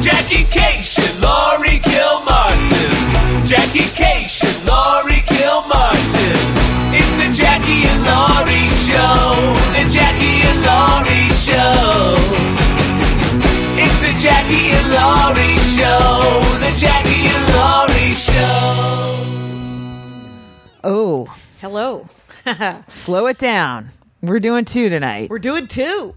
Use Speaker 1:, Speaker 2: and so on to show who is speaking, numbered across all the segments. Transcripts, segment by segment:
Speaker 1: Jackie Cation, Laurie Kilmartin. Jackie Cation, Laurie Kilmartin. It's the Jackie and Laurie Show. The Jackie and Laurie Show. It's the Jackie and Laurie Show. The Jackie and Laurie Show.
Speaker 2: Oh,
Speaker 3: Hello.
Speaker 2: slow it down. We're doing two tonight.
Speaker 3: We're doing two.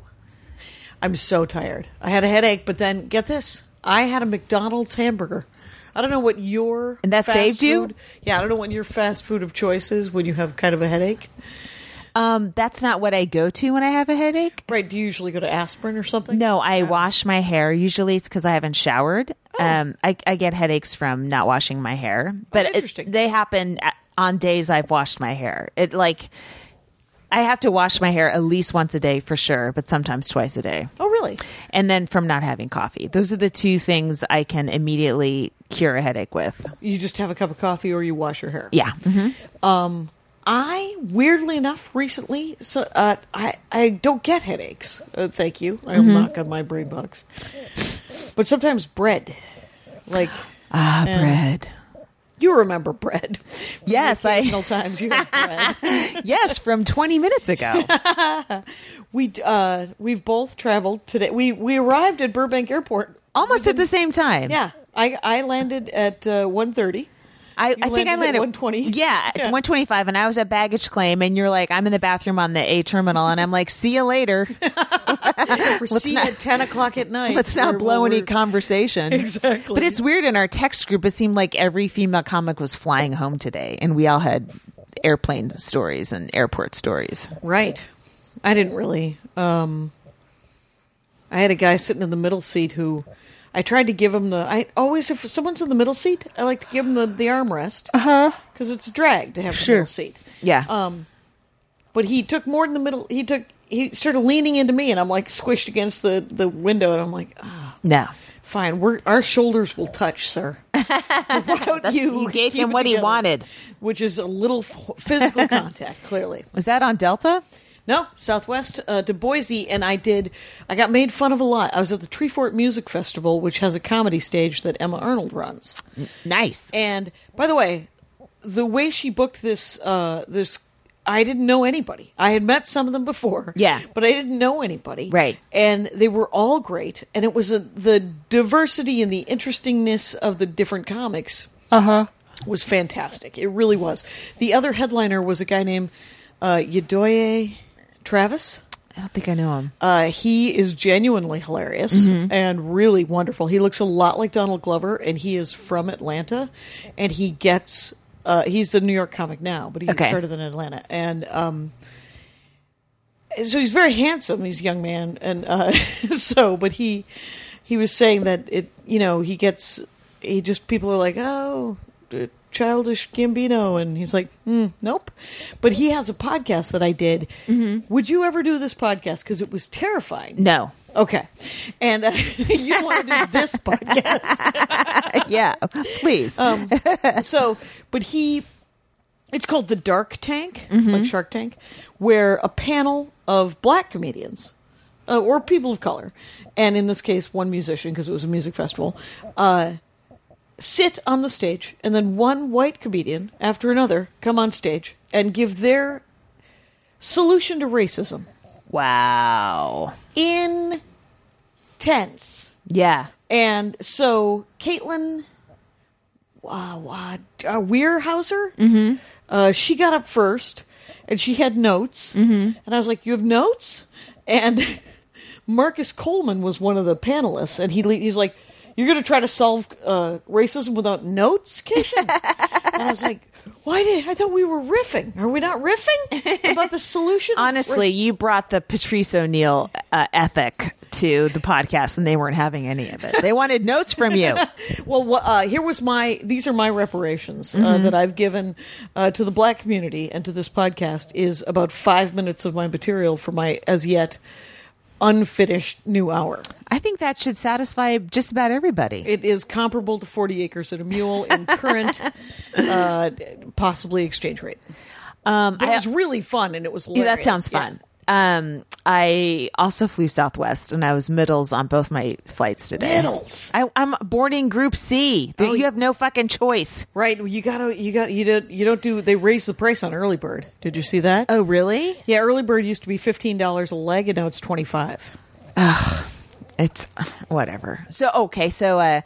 Speaker 3: I'm so tired. I had a headache, but then get this. I had a McDonald's hamburger. I don't know what your
Speaker 2: And that
Speaker 3: fast
Speaker 2: saved you?
Speaker 3: food- Yeah, I don't know what your fast food of choice is when you have kind of a headache.
Speaker 2: Um, that's not what I go to when I have a headache.
Speaker 3: Right? Do you usually go to aspirin or something?
Speaker 2: No, I wash my hair. Usually, it's because I haven't showered. Um, I, I get headaches from not washing my hair, but it-
Speaker 3: interesting.
Speaker 2: they happen a- on days I've washed my hair. It like I have to wash my hair at least once a day for sure, but sometimes twice a day.
Speaker 3: Oh, really?
Speaker 2: And then from not having coffee. Those are the two things I can immediately cure a headache with.
Speaker 3: You just have a cup of coffee or you wash your hair.
Speaker 2: Yeah. Uh,
Speaker 3: Um, I weirdly enough recently, so uh, I I don't get headaches. Uh, thank you. I
Speaker 2: Mm-hmm.
Speaker 3: will knock on my brain box. But sometimes bread, like
Speaker 2: Ah, bread.
Speaker 3: you remember bread.
Speaker 2: Yes, I-
Speaker 3: Occasional times you have bread.
Speaker 2: yes, from 20 minutes ago.
Speaker 3: We uh, we've both traveled today. We we arrived at Burbank Airport.
Speaker 2: Almost at the same time.
Speaker 3: Yeah, I I landed at uh, one thirty.
Speaker 2: I, I think
Speaker 3: landed
Speaker 2: I
Speaker 3: at
Speaker 2: landed
Speaker 3: 120.
Speaker 2: Yeah,
Speaker 3: Yeah.
Speaker 2: one twenty five, and I was at baggage claim, and you're like, I'm in the bathroom on the A terminal, and I'm like, see you later.
Speaker 3: Proceed
Speaker 2: not-
Speaker 3: at ten o'clock at night.
Speaker 2: Let's not
Speaker 3: where
Speaker 2: blow any
Speaker 3: we're-
Speaker 2: conversation.
Speaker 3: Exactly.
Speaker 2: But it's weird in our text group. It seemed like every female comic was flying home today, and we all had airplane stories and airport stories.
Speaker 3: Right. I didn't really. Um, I had a guy sitting in the middle seat who I tried to give him the. I always, if someone's in the middle seat, I like to give him the, the armrest. Uh huh. Because it's a drag to have the middle seat.
Speaker 2: Yeah.
Speaker 3: Um, but he took more than the middle. He took. He started leaning into me, and I'm like squished against the, the window, and I'm like, ah,
Speaker 2: no.
Speaker 3: fine. We're our shoulders will touch, sir. Without
Speaker 2: You, gave
Speaker 3: keep
Speaker 2: him
Speaker 3: it
Speaker 2: what he
Speaker 3: together,
Speaker 2: wanted.
Speaker 3: which is a little f- physical contact, clearly.
Speaker 2: Was that on Delta?
Speaker 3: No, Southwest uh, to Boise, and I did. I got made fun of a lot. I was at the Treefort Music Festival, which has a comedy stage that Emma Arnold runs.
Speaker 2: Nice.
Speaker 3: And by the way, the way she booked this, uh, this I didn't know anybody. I had met some of them before,
Speaker 2: Yeah.
Speaker 3: but I didn't know anybody,
Speaker 2: Right.
Speaker 3: And they were all great, and it was a, the diversity and the interestingness of the different comics. Uh
Speaker 2: Uh-huh.
Speaker 3: huh. Was fantastic. It really was. The other headliner was a guy named uh, Yedoye Travis.
Speaker 2: I don't think I know him.
Speaker 3: Uh, he is genuinely hilarious and really wonderful. He looks a lot like Donald Glover, and he is from Atlanta, and he gets. Uh, he's a New York comic now, but he
Speaker 2: Okay.
Speaker 3: started in Atlanta, and um, so he's very handsome. He's a young man, and uh, so, but he he was saying that it, you know, he gets he just people are like, oh, uh, childish Gambino, and he's like, mm, nope. But he has a podcast that I did. Would you ever do this podcast? Because it was terrifying.
Speaker 2: No.
Speaker 3: Okay, and uh, you want to do this podcast?
Speaker 2: yeah. Please.
Speaker 3: so, but he, it's called the Dark Tank, like Shark Tank, where a panel of black comedians uh, or people of color, and in this case, one musician because it was a music festival, uh, sit on the stage, and then one white comedian after another come on stage and give their solution to racism.
Speaker 2: wow.
Speaker 3: Intense.
Speaker 2: Yeah.
Speaker 3: And so Caitlin uh, uh, Weirhauser, mm-hmm. uh, she got up first and she had notes. Mm-hmm. And I was like, You have notes? And Marcus Coleman was one of the panelists. And he le- he's like, You're going to try to solve uh, racism without notes, Kishan? and I was like, Why did I thought we were riffing? Are we not riffing about the solution?
Speaker 2: Honestly, you brought the Patrice O'Neill uh, ethic to the podcast, and they weren't having any of it. They wanted notes from you.
Speaker 3: Well, wha- uh, here was my. These are my reparations uh,
Speaker 2: Mm-hmm.
Speaker 3: that I've given uh, to the black community and to this podcast is about five minutes of my material for my as yet unfinished new hour.
Speaker 2: I think that should satisfy just about everybody.
Speaker 3: It is comparable to forty acres and a mule in current, uh, possibly exchange rate.
Speaker 2: Um,
Speaker 3: But it
Speaker 2: I-
Speaker 3: was really fun and it was.
Speaker 2: Um, Yeah,
Speaker 3: Hilarious.
Speaker 2: that sounds
Speaker 3: Yeah.
Speaker 2: fun. um, I also flew Southwest, and I was middles on both my flights today.
Speaker 3: Middles?
Speaker 2: I, I'm boarding Group C. There-
Speaker 3: Oh,
Speaker 2: you
Speaker 3: you-
Speaker 2: have no fucking choice.
Speaker 3: Right, you gotta, you got, you don't, you don't do. They raised the price on early bird. Did you see that?
Speaker 2: Oh, really?
Speaker 3: yeah, early bird used to be fifteen dollars a leg, and now it's twenty five.
Speaker 2: It's whatever. So okay, so uh,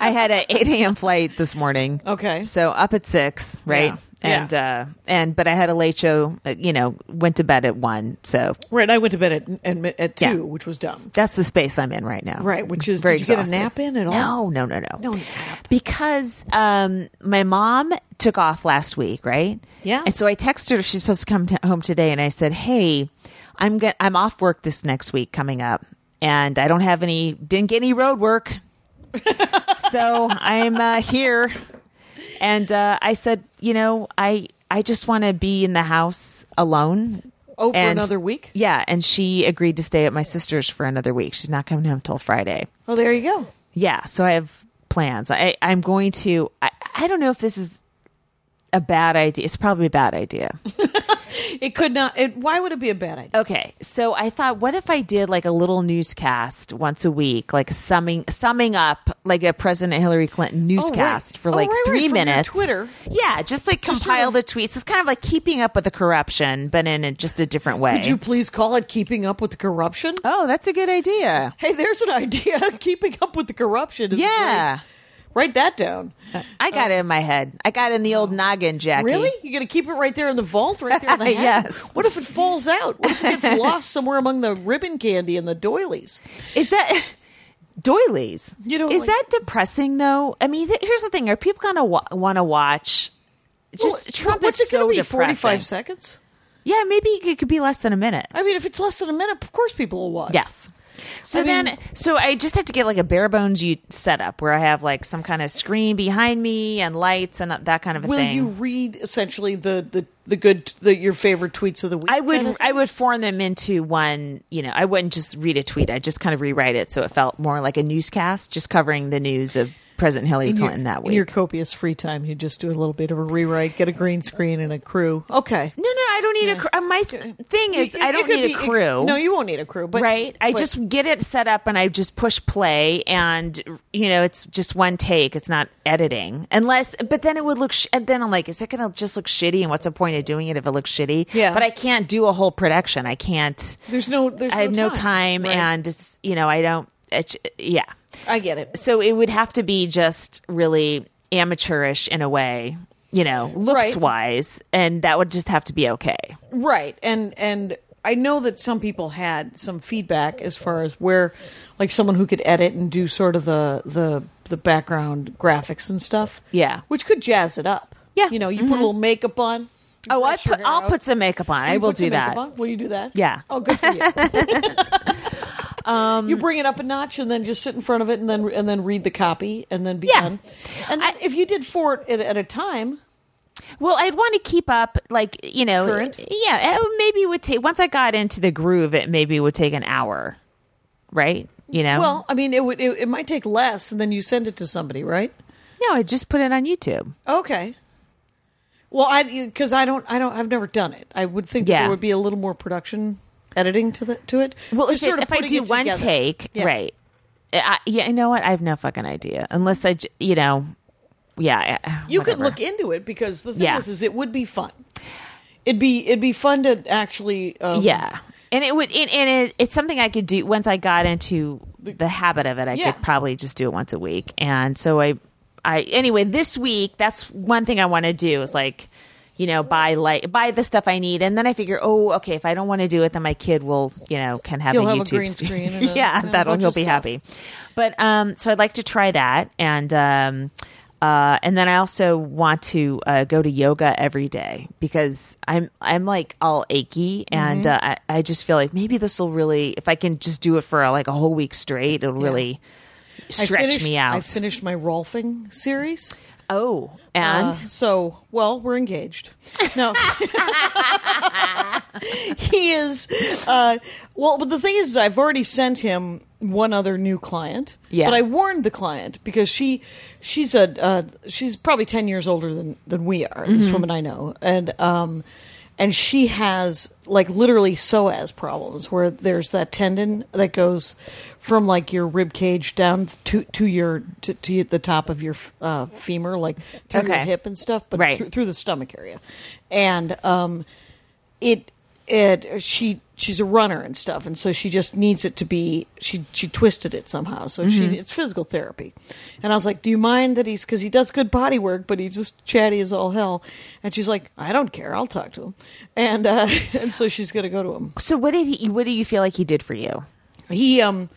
Speaker 2: I had a eight a.m. flight this morning.
Speaker 3: Okay.
Speaker 2: so up at six, right?
Speaker 3: Yeah.
Speaker 2: And uh, and but I had a late show. uh, You know, went to bed at one. So
Speaker 3: Right, I went to bed at at, at two,
Speaker 2: Yeah.
Speaker 3: which was dumb.
Speaker 2: that's the space I'm in right now.
Speaker 3: Right, which
Speaker 2: I'm
Speaker 3: is- did you get a nap in at all?
Speaker 2: No, no, no, no.
Speaker 3: No nap.
Speaker 2: Because um, my mom took off last week, right?
Speaker 3: Yeah.
Speaker 2: And so I texted her. She's supposed to come to home today, and I said, "Hey, I'm get, I'm off work this next week coming up, and I don't have any didn't get any road work, so I'm uh, here." And uh, I said, "You know, I I just want to be in the house alone
Speaker 3: Oh, for
Speaker 2: and-
Speaker 3: another week.
Speaker 2: yeah, and she agreed to stay at my sister's for another week. She's not coming home till Friday.
Speaker 3: Well, there you go.
Speaker 2: Yeah, so I have plans. I, I'm going to. I, I don't know if this is a bad idea. It's probably a bad idea.
Speaker 3: It could not. It, why would it be a bad idea?
Speaker 2: Okay, so I thought, what if I did like a little newscast once a week, like summing summing up like a President Hillary Clinton newscast for
Speaker 3: Oh,
Speaker 2: like
Speaker 3: right, right,
Speaker 2: three
Speaker 3: from your
Speaker 2: minutes?
Speaker 3: Twitter.
Speaker 2: yeah, just like
Speaker 3: Just sort
Speaker 2: compile
Speaker 3: of-
Speaker 2: the tweets. It's kind of like keeping up with the corruption, but in a, just a different way.
Speaker 3: Could you please call it keeping up with the corruption?
Speaker 2: oh, that's a good idea.
Speaker 3: Hey, there's an idea. keeping up with the corruption. Is
Speaker 2: Yeah.
Speaker 3: great. Write that down.
Speaker 2: I got it in my head. I got it in the old noggin, Jackie.
Speaker 3: Really? You're going to keep it right there in the vault, right there in the hat?
Speaker 2: Yes.
Speaker 3: What if it falls out? What if it gets lost somewhere among the ribbon candy and the doilies?
Speaker 2: Is that doilies?
Speaker 3: You know,
Speaker 2: is
Speaker 3: like-
Speaker 2: that depressing though? I mean, th- here's the thing: Are people gonna wa- want to watch? Just
Speaker 3: Well,
Speaker 2: Trump
Speaker 3: what's
Speaker 2: is
Speaker 3: it gonna
Speaker 2: so
Speaker 3: be,
Speaker 2: depressing.
Speaker 3: 45 seconds?
Speaker 2: Yeah, maybe it could be less than a minute.
Speaker 3: I mean, if it's less than a minute, of course people will watch.
Speaker 2: Yes. So
Speaker 3: I mean-
Speaker 2: then, so I just have to get like a bare bones you setup where I have like some kind of screen behind me and lights and that kind of a
Speaker 3: Will
Speaker 2: thing.
Speaker 3: you read essentially the, the, the good, the, your favorite tweets of the week?
Speaker 2: I would
Speaker 3: kind of thing?
Speaker 2: I would form them into one, you know, I wouldn't just read a tweet. I'd just kind of rewrite it so it felt more like a newscast, just covering the news of President Hillary
Speaker 3: In your-
Speaker 2: Clinton that
Speaker 3: In your
Speaker 2: week.
Speaker 3: copious free time, you just do a little bit of a rewrite, get a green screen and a crew. Okay.
Speaker 2: no, no, I don't need a crew. Uh, My th- thing is,
Speaker 3: It-
Speaker 2: I
Speaker 3: it
Speaker 2: don't
Speaker 3: could
Speaker 2: need
Speaker 3: be-
Speaker 2: a
Speaker 3: it-
Speaker 2: crew.
Speaker 3: no, you won't need a crew, but
Speaker 2: right? I
Speaker 3: but-
Speaker 2: just get it set up and I just push play and you know, it's just one take. It's not editing. Unless but then it would look sh- and then I'm like, is it going to just look shitty and what's the point of doing it if it looks shitty?
Speaker 3: Yeah.
Speaker 2: But I can't do a whole production. I can't
Speaker 3: There's no. There's
Speaker 2: I have no time,
Speaker 3: Right.
Speaker 2: and it's you know, I don't it's, yeah.
Speaker 3: I get it.
Speaker 2: So it would have to be just really amateurish in a way, you know, looks
Speaker 3: Right.
Speaker 2: wise, and that would just have to be okay.
Speaker 3: Right, and and I know that some people had some feedback as far as where, like someone who could edit and do sort of the the the background graphics and stuff.
Speaker 2: Yeah.
Speaker 3: which could jazz it up.
Speaker 2: Yeah. Mm-hmm.
Speaker 3: you know, you put a little makeup on.
Speaker 2: Oh, I
Speaker 3: brush your
Speaker 2: put,
Speaker 3: hair
Speaker 2: I'll
Speaker 3: out.
Speaker 2: put some makeup on. I
Speaker 3: You
Speaker 2: will
Speaker 3: put some
Speaker 2: do that.
Speaker 3: makeup on? Will you do that?
Speaker 2: Yeah.
Speaker 3: Oh, good for you.
Speaker 2: Um,
Speaker 3: you bring it up a notch and then just sit in front of it and then and then read the copy and then be
Speaker 2: Yeah.
Speaker 3: done. And then if you did four at, at a time,
Speaker 2: Well, I'd want to keep up, like you know,
Speaker 3: Current?
Speaker 2: yeah. It maybe it would take once I got into the groove. It maybe would take an hour, right? You know,
Speaker 3: well, I mean, it would it, it might take less, and then you send it to somebody, right?
Speaker 2: no, I just put it on YouTube.
Speaker 3: Okay. Well, I because I don't I don't I've never done it. I would think that
Speaker 2: Yeah.
Speaker 3: there would be a little more production editing to the, to it.
Speaker 2: Well, if,
Speaker 3: Just sort
Speaker 2: it,
Speaker 3: of
Speaker 2: if I
Speaker 3: putting
Speaker 2: do
Speaker 3: it
Speaker 2: one
Speaker 3: together.
Speaker 2: take,
Speaker 3: Yeah.
Speaker 2: right? I, yeah, you know what? I have no fucking idea. Unless I, j- you know, yeah. I-
Speaker 3: you
Speaker 2: whatever.
Speaker 3: could look into it because the thing
Speaker 2: Yeah.
Speaker 3: is, is it would be fun. It'd be it'd be fun to actually um,
Speaker 2: yeah, and it would, and, and it, it's something I could do once I got into the habit of it. I
Speaker 3: Yeah.
Speaker 2: could probably just do it once a week, and so I, I anyway, this week that's one thing I want to do is like. You know, buy like buy the stuff I need, and then I figure, oh, okay. If I don't want to do it, then my kid will, you know, can have
Speaker 3: You'll
Speaker 2: a
Speaker 3: have a
Speaker 2: YouTube
Speaker 3: green
Speaker 2: stu-
Speaker 3: screen and a-
Speaker 2: yeah,
Speaker 3: and a
Speaker 2: that'll
Speaker 3: bunch
Speaker 2: he'll
Speaker 3: of
Speaker 2: be
Speaker 3: stuff.
Speaker 2: happy. But um, so I'd like to try that, and um, uh, and then I also want to uh, go to yoga every day because I'm I'm like all achy, and
Speaker 3: Mm-hmm.
Speaker 2: uh, I, I just feel like maybe this will really, if I can just do it for uh, like a whole week straight, it'll really
Speaker 3: I
Speaker 2: stretch
Speaker 3: finished-
Speaker 2: me
Speaker 3: I
Speaker 2: out.
Speaker 3: finished my Rolfing series.
Speaker 2: oh, and
Speaker 3: Uh, so, well, we're engaged. No. he is. Uh, well, but the thing is, I've already sent him one other new client.
Speaker 2: Yeah.
Speaker 3: But I warned the client because she, she's
Speaker 2: Mm-hmm.
Speaker 3: a, uh, she's probably ten years older than than we are. This woman I know, and um, and she has like literally psoas problems where there's that tendon that goes from like your rib cage down to to your to, to the top of your uh, femur, like through
Speaker 2: Okay.
Speaker 3: your hip and stuff, but
Speaker 2: Right.
Speaker 3: through, through the stomach area, and um, it it she she's a runner and stuff and so she just needs it to be she she twisted it somehow so
Speaker 2: Mm-hmm.
Speaker 3: she it's physical therapy and i was like do you mind that he's because he does good body work but he's just chatty as all hell and she's like i don't care i'll talk to him and uh and so she's gonna go to him
Speaker 2: So what did he? What do you feel like he did for you?
Speaker 3: he um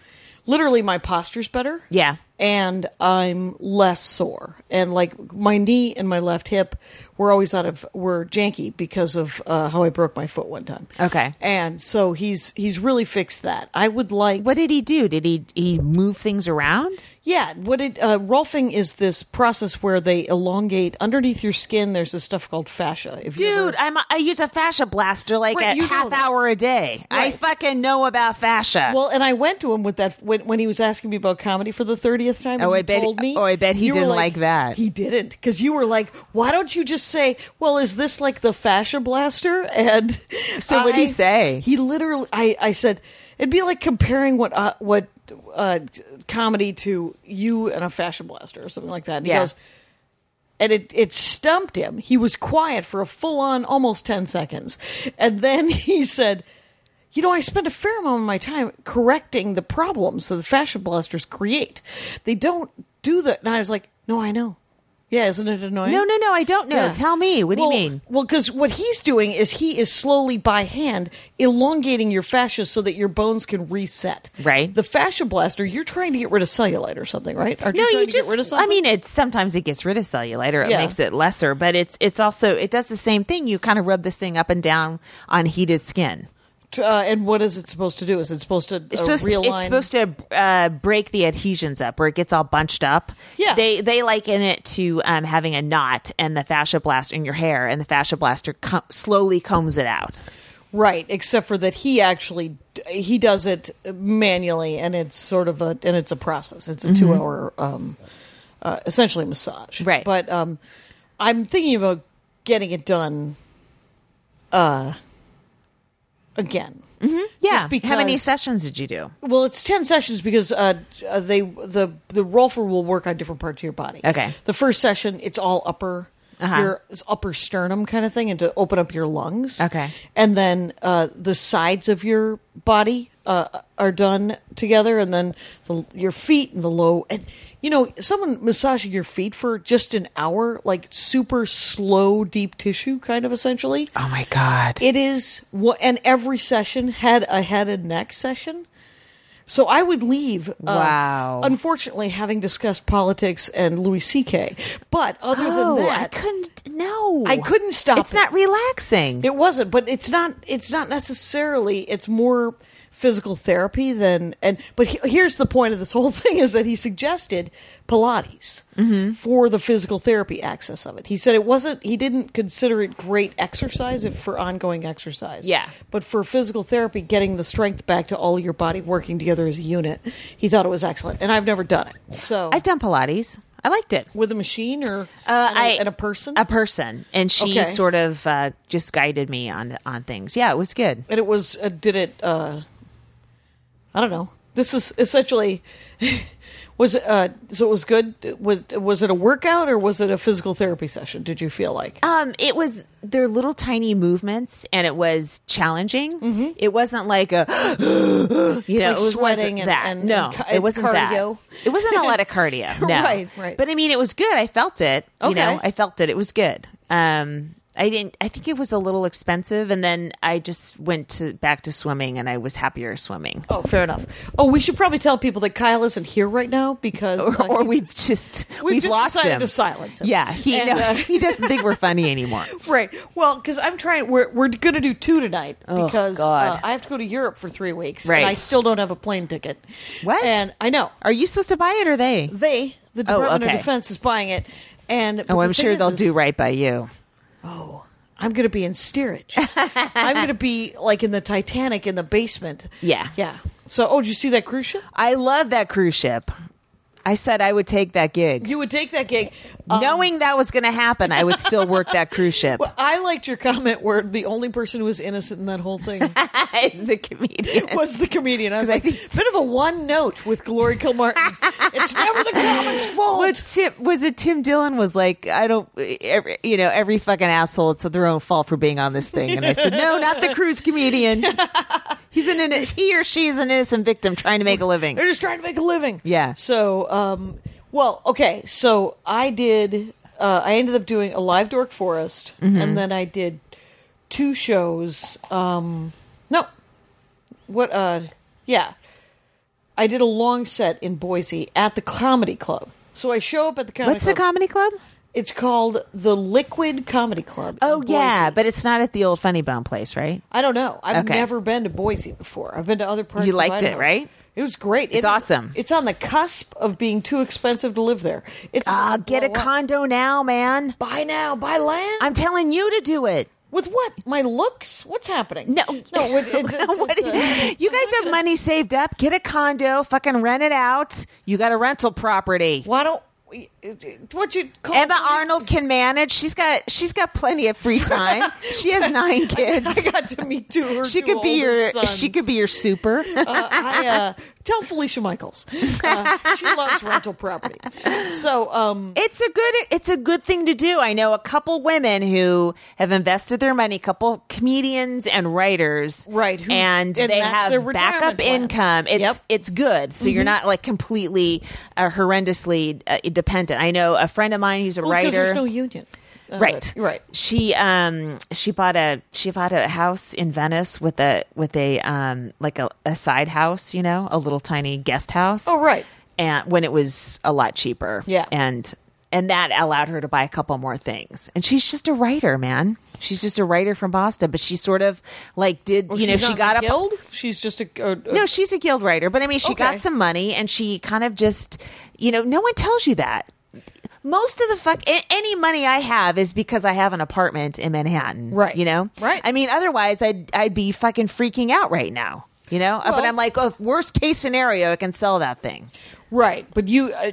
Speaker 3: literally my posture's better
Speaker 2: Yeah.
Speaker 3: and i'm less sore and like my knee and my left hip were always out of were janky because of uh, how i broke my foot one time
Speaker 2: Okay.
Speaker 3: and so he's he's really fixed that i would like
Speaker 2: What did he do? Did he he move things around?
Speaker 3: yeah what it uh, rolfing is this process where they elongate underneath your skin there's this stuff called fascia if you
Speaker 2: Dude,
Speaker 3: ever-
Speaker 2: I'm I use a fascia blaster like
Speaker 3: Right,
Speaker 2: a
Speaker 3: you know
Speaker 2: half
Speaker 3: that.
Speaker 2: hour a day. I
Speaker 3: Right.
Speaker 2: fucking know about fascia.
Speaker 3: well, and I went to him with that when, when he was asking me about comedy for the thirtieth time.
Speaker 2: Oh,
Speaker 3: and
Speaker 2: I
Speaker 3: he
Speaker 2: bet-
Speaker 3: Told me,
Speaker 2: oh, I bet he
Speaker 3: you were
Speaker 2: didn't like that.
Speaker 3: He didn't because you were like, "Why don't you just say, well, is this like the fascia blaster?" And
Speaker 2: So what'd he
Speaker 3: I-
Speaker 2: say?
Speaker 3: He literally, I, I said, it'd be like comparing what uh, what uh, comedy to you and a fascia blaster or something like that. And
Speaker 2: Yeah.
Speaker 3: He goes, and it, it stumped him. He was quiet for a full on almost 10 seconds. And then he said, You know, I spend a fair amount of my time correcting the problems that the fashion blasters create. They don't do that. And I was like, No, I know. Yeah, isn't it annoying?
Speaker 2: no, no, no, I don't know.
Speaker 3: Yeah.
Speaker 2: Tell me. What
Speaker 3: Well-
Speaker 2: do you mean?
Speaker 3: Well, because what he's doing is he is slowly by hand elongating your fascia so that your bones can reset.
Speaker 2: Right.
Speaker 3: The fascia blaster, you're trying to get rid of cellulite or something, right? Aren't you trying to get rid of something?
Speaker 2: I mean, it's sometimes it gets rid of cellulite or it
Speaker 3: Yeah.
Speaker 2: makes it lesser, but it's it's also it does the same thing. You kind of rub this thing up and down on heated skin.
Speaker 3: T- uh, and what is it supposed to do? Is it supposed to
Speaker 2: It's
Speaker 3: uh,
Speaker 2: supposed, to,
Speaker 3: realign?
Speaker 2: it's supposed to uh, break the adhesions up where it gets all bunched up.
Speaker 3: Yeah.
Speaker 2: They they liken it to um, having a knot and the fascia blast in your hair and the fascia blaster co- slowly combs it out.
Speaker 3: right, except for that he actually he does it manually, and it's sort of a and it's a process. It's a two hour, um, uh, essentially massage.
Speaker 2: Right.
Speaker 3: but um, I'm thinking about getting it done. Uh, again.
Speaker 2: Yeah. How many
Speaker 3: because-
Speaker 2: sessions did you do?
Speaker 3: Well, it's ten sessions because uh, uh, they the the rolfer will work on different parts of your body.
Speaker 2: Okay.
Speaker 3: The first session, it's all upper.
Speaker 2: Uh-huh.
Speaker 3: Your it's upper sternum kind of thing, and to open up your lungs.
Speaker 2: Okay.
Speaker 3: and then uh, the sides of your body uh, are done together, and then the, your feet and the low. And you know, someone massaging your feet for just an hour, like super slow, deep tissue kind of essentially.
Speaker 2: Oh my god.
Speaker 3: It is, wha- and every session had a head and neck session. So I would leave. uh,
Speaker 2: Wow.
Speaker 3: unfortunately, having discussed politics and Louis C.K., but other
Speaker 2: oh,
Speaker 3: than
Speaker 2: I
Speaker 3: that,
Speaker 2: couldn't. No,
Speaker 3: I couldn't stop
Speaker 2: It's
Speaker 3: it.
Speaker 2: not relaxing.
Speaker 3: it wasn't. But it's not. It's not necessarily. It's more physical therapy than and. But he, here's the point of this whole thing: is that he suggested Pilates
Speaker 2: Mm-hmm.
Speaker 3: for the physical therapy access of it. He said it wasn't. He didn't consider it great exercise if for ongoing exercise.
Speaker 2: Yeah.
Speaker 3: But for physical therapy, getting the strength back to all your body working together as a unit, he thought it was excellent. And I've never done it. So
Speaker 2: I've done Pilates. I liked it.
Speaker 3: with a machine or
Speaker 2: Uh,
Speaker 3: and, a-
Speaker 2: I-
Speaker 3: and a person.
Speaker 2: a person, and she
Speaker 3: Okay.
Speaker 2: sort of uh, just guided me on on things. Yeah, it was good.
Speaker 3: and it was uh, did it uh i don't know this is essentially was it uh so it was good was was it a workout or was it a physical therapy session did you feel like
Speaker 2: Um, it was their little tiny movements, and it was challenging. It wasn't like a, you know, it
Speaker 3: Like
Speaker 2: was
Speaker 3: sweating
Speaker 2: wasn't
Speaker 3: and-
Speaker 2: that.
Speaker 3: and-
Speaker 2: no,
Speaker 3: and ca-
Speaker 2: it wasn't
Speaker 3: cardio.
Speaker 2: that. It wasn't a lot of cardio. No,
Speaker 3: Right, right.
Speaker 2: But I mean, it was good. I felt it. You know,
Speaker 3: Okay.
Speaker 2: I felt it. It was good. Um, I didn't. I think it was a little expensive, and then I just went to back to swimming, and I was happier swimming.
Speaker 3: oh fair enough oh we should probably tell people that kyle isn't here right now because
Speaker 2: Or,
Speaker 3: uh,
Speaker 2: or
Speaker 3: he's-
Speaker 2: we've just we've,
Speaker 3: just
Speaker 2: lost
Speaker 3: decided
Speaker 2: him.
Speaker 3: to silence him
Speaker 2: Yeah, he
Speaker 3: And,
Speaker 2: no,
Speaker 3: uh,
Speaker 2: he doesn't think we're funny anymore.
Speaker 3: Right. Well, because I'm trying. We're we're gonna do two tonight because
Speaker 2: Oh, God.
Speaker 3: Uh, I have to go to Europe for three weeks,
Speaker 2: Right.
Speaker 3: and I still don't have a plane ticket.
Speaker 2: What?
Speaker 3: And I know
Speaker 2: Are you supposed to buy it or they?
Speaker 3: they, the
Speaker 2: Oh,
Speaker 3: Department
Speaker 2: okay.
Speaker 3: of Defense, is buying it. And but
Speaker 2: Oh,
Speaker 3: the
Speaker 2: I'm
Speaker 3: thing
Speaker 2: sure
Speaker 3: is-
Speaker 2: they'll
Speaker 3: is
Speaker 2: do right by you.
Speaker 3: I'm going to be in steerage. I'm going to be like in the Titanic in the basement.
Speaker 2: Yeah.
Speaker 3: Yeah. So, oh, did you see that cruise ship?
Speaker 2: I love that cruise ship. I said I would take that gig.
Speaker 3: You would take that gig. Uh,
Speaker 2: Knowing that was going to happen, I would still work that cruise ship
Speaker 3: Well, I liked your comment where the only person who was innocent in that whole thing
Speaker 2: as the comedian.
Speaker 3: was the comedian. I was
Speaker 2: 'Cause I
Speaker 3: like,
Speaker 2: think-
Speaker 3: bit of a one note with Glory Kilmartin. it's never the comic's fault.
Speaker 2: But Tim was it Tim Dillon was like, I don't, every, you know, every fucking asshole. It's their own fault for being on this thing. And I said, no, not the cruise comedian. He's an inno- he or she is an innocent victim trying to make a living.
Speaker 3: They're just trying to make a living.
Speaker 2: Yeah.
Speaker 3: So, um, well, okay. So I did. Uh, I ended up doing a live Dork Forest,
Speaker 2: Mm-hmm.
Speaker 3: and then I did two shows. Um, no, what? Uh, yeah, I did a long set in Boise at the Comedy Club. So I show up at the Comedy
Speaker 2: What's the
Speaker 3: Club.
Speaker 2: comedy club?
Speaker 3: it's called the Liquid Comedy Club. in
Speaker 2: Oh yeah,
Speaker 3: Boise.
Speaker 2: but it's not at the old Funny Bone place, right?
Speaker 3: I don't know. I've
Speaker 2: Okay.
Speaker 3: never been to Boise before. I've been to other parts.
Speaker 2: You
Speaker 3: of
Speaker 2: liked it,
Speaker 3: Idaho.
Speaker 2: right?
Speaker 3: It was great. It's
Speaker 2: awesome.
Speaker 3: It's on the cusp of being too expensive to live there. It's
Speaker 2: Ah, get a
Speaker 3: Well,
Speaker 2: condo now, man.
Speaker 3: buy now, buy land.
Speaker 2: I'm telling you to do it.
Speaker 3: with what? My looks? What's happening?
Speaker 2: No,
Speaker 3: no. With, it's, it's-
Speaker 2: What do
Speaker 3: it's,
Speaker 2: you,
Speaker 3: uh,
Speaker 2: you guys have money saved up. Get a condo, fucking rent it out. You got a rental property.
Speaker 3: why don't? we- it- it- What you call
Speaker 2: Emma Arnold can manage. She's got she's got plenty of free time. She has nine
Speaker 3: I
Speaker 2: kids.
Speaker 3: got to meet two. of Her
Speaker 2: She
Speaker 3: two
Speaker 2: could be
Speaker 3: older
Speaker 2: your
Speaker 3: sons.
Speaker 2: she could be your super.
Speaker 3: uh, I, uh, tell Felicia Michaels. Uh, she loves rental property. So, um,
Speaker 2: It's a good it's a good thing to do. I know a couple women who have invested their money, couple comedians and writers,
Speaker 3: Right, who-
Speaker 2: and,
Speaker 3: and
Speaker 2: they
Speaker 3: that's their
Speaker 2: have
Speaker 3: retirement
Speaker 2: backup
Speaker 3: plan.
Speaker 2: income. It's
Speaker 3: Yep. Mm-hmm.
Speaker 2: it's good, so you're not like completely uh, horrendously uh, dependent. I know a friend of mine who's a
Speaker 3: well, 'cause
Speaker 2: writer.
Speaker 3: there's no union. Uh,
Speaker 2: right
Speaker 3: Right.
Speaker 2: she um she bought a she bought a house in venice with a with a um like a, a side house you know a little tiny guest house
Speaker 3: Oh, right.
Speaker 2: and when it was a lot cheaper
Speaker 3: Yeah.
Speaker 2: and and that allowed her to buy a couple more things and she's just a writer man she's just a writer from boston but she sort of like did you know
Speaker 3: She's
Speaker 2: she
Speaker 3: not
Speaker 2: got up
Speaker 3: guild. She's just a, a- a-
Speaker 2: no, she's a guild writer, but I mean, she
Speaker 3: Okay.
Speaker 2: got some money and she kind of just, you know, no one tells you that. Most of the fuck, a- any money I have is because I have an apartment in Manhattan.
Speaker 3: Right.
Speaker 2: You know?
Speaker 3: Right.
Speaker 2: I mean, otherwise I'd, I'd be fucking freaking out right now, you know? but
Speaker 3: Well-
Speaker 2: I'm like, oh, worst case scenario, I can sell that thing.
Speaker 3: right. But you, uh,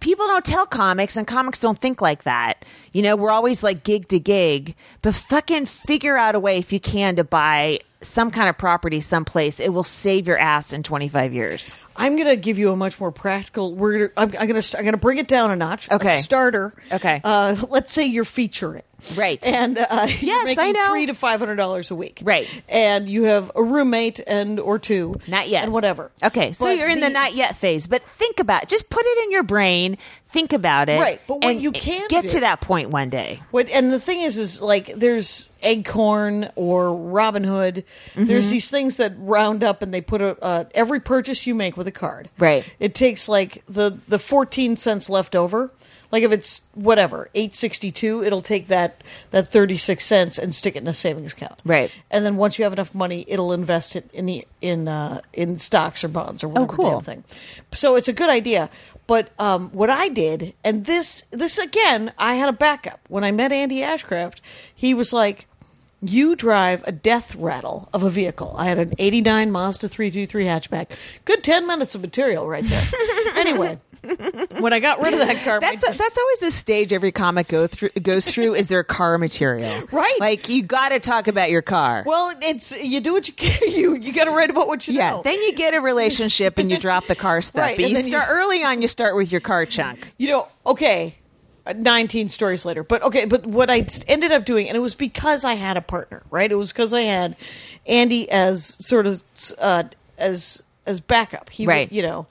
Speaker 2: People don't tell comics and comics don't think like that. You know, we're always like gig to gig, but fucking figure out a way if you can to buy some kind of property someplace. It will save your ass in 25 years.
Speaker 3: I'm going to give you a much more practical. We're gonna, I'm, I'm going to I'm going to bring it down a notch. A
Speaker 2: Okay.
Speaker 3: starter.
Speaker 2: Okay.
Speaker 3: Uh, let's say you're featuring,
Speaker 2: Right.
Speaker 3: and uh,
Speaker 2: Yes, I
Speaker 3: you're making
Speaker 2: know.
Speaker 3: three to five hundred dollars a week,
Speaker 2: Right.
Speaker 3: And you have a roommate and or two,
Speaker 2: Not yet.
Speaker 3: and whatever.
Speaker 2: Okay, so
Speaker 3: But
Speaker 2: you're in the, not yet phase, but think about just put it in your brain, think about it.
Speaker 3: Right, but what
Speaker 2: and
Speaker 3: you can
Speaker 2: get
Speaker 3: do-
Speaker 2: to that point one day.
Speaker 3: What, and the thing is, is like there's Eggcorn or Robin Hood.
Speaker 2: Mm-hmm.
Speaker 3: There's these things that round up and they put a uh, every purchase you make with a card.
Speaker 2: Right.
Speaker 3: It takes like the the fourteen cents left over. Like if it's whatever eight sixty two, it'll take that that thirty six cents and stick it in a savings account.
Speaker 2: Right.
Speaker 3: And then once you have enough money, it'll invest it in the in uh, in stocks or bonds or whatever
Speaker 2: Oh, cool.
Speaker 3: damn thing. So it's a good idea. But um, what I did, and this this again, I had a backup. When I met Andy Ashcraft, he was like, "You drive a death rattle of a vehicle." I had an '89 Mazda 323 hatchback. Good ten minutes of material right there. anyway, when I got rid of that car, my
Speaker 2: That's that's always a stage every comic go through goes through is their car material.
Speaker 3: Right.
Speaker 2: Like you got to talk about your car.
Speaker 3: well, it's you do what you can. You you got to write about what you
Speaker 2: yeah,
Speaker 3: know.
Speaker 2: then you get a relationship and you drop the car stuff.
Speaker 3: Right,
Speaker 2: but
Speaker 3: and
Speaker 2: you
Speaker 3: then you-
Speaker 2: start early on. You start with your car chunk.
Speaker 3: you know, okay, uh, 19 stories later, but okay, but what I s- ended up doing, and it was because I had a partner, right? It was because I had Andy as sort of uh, as as backup, he would-
Speaker 2: Right.
Speaker 3: You know,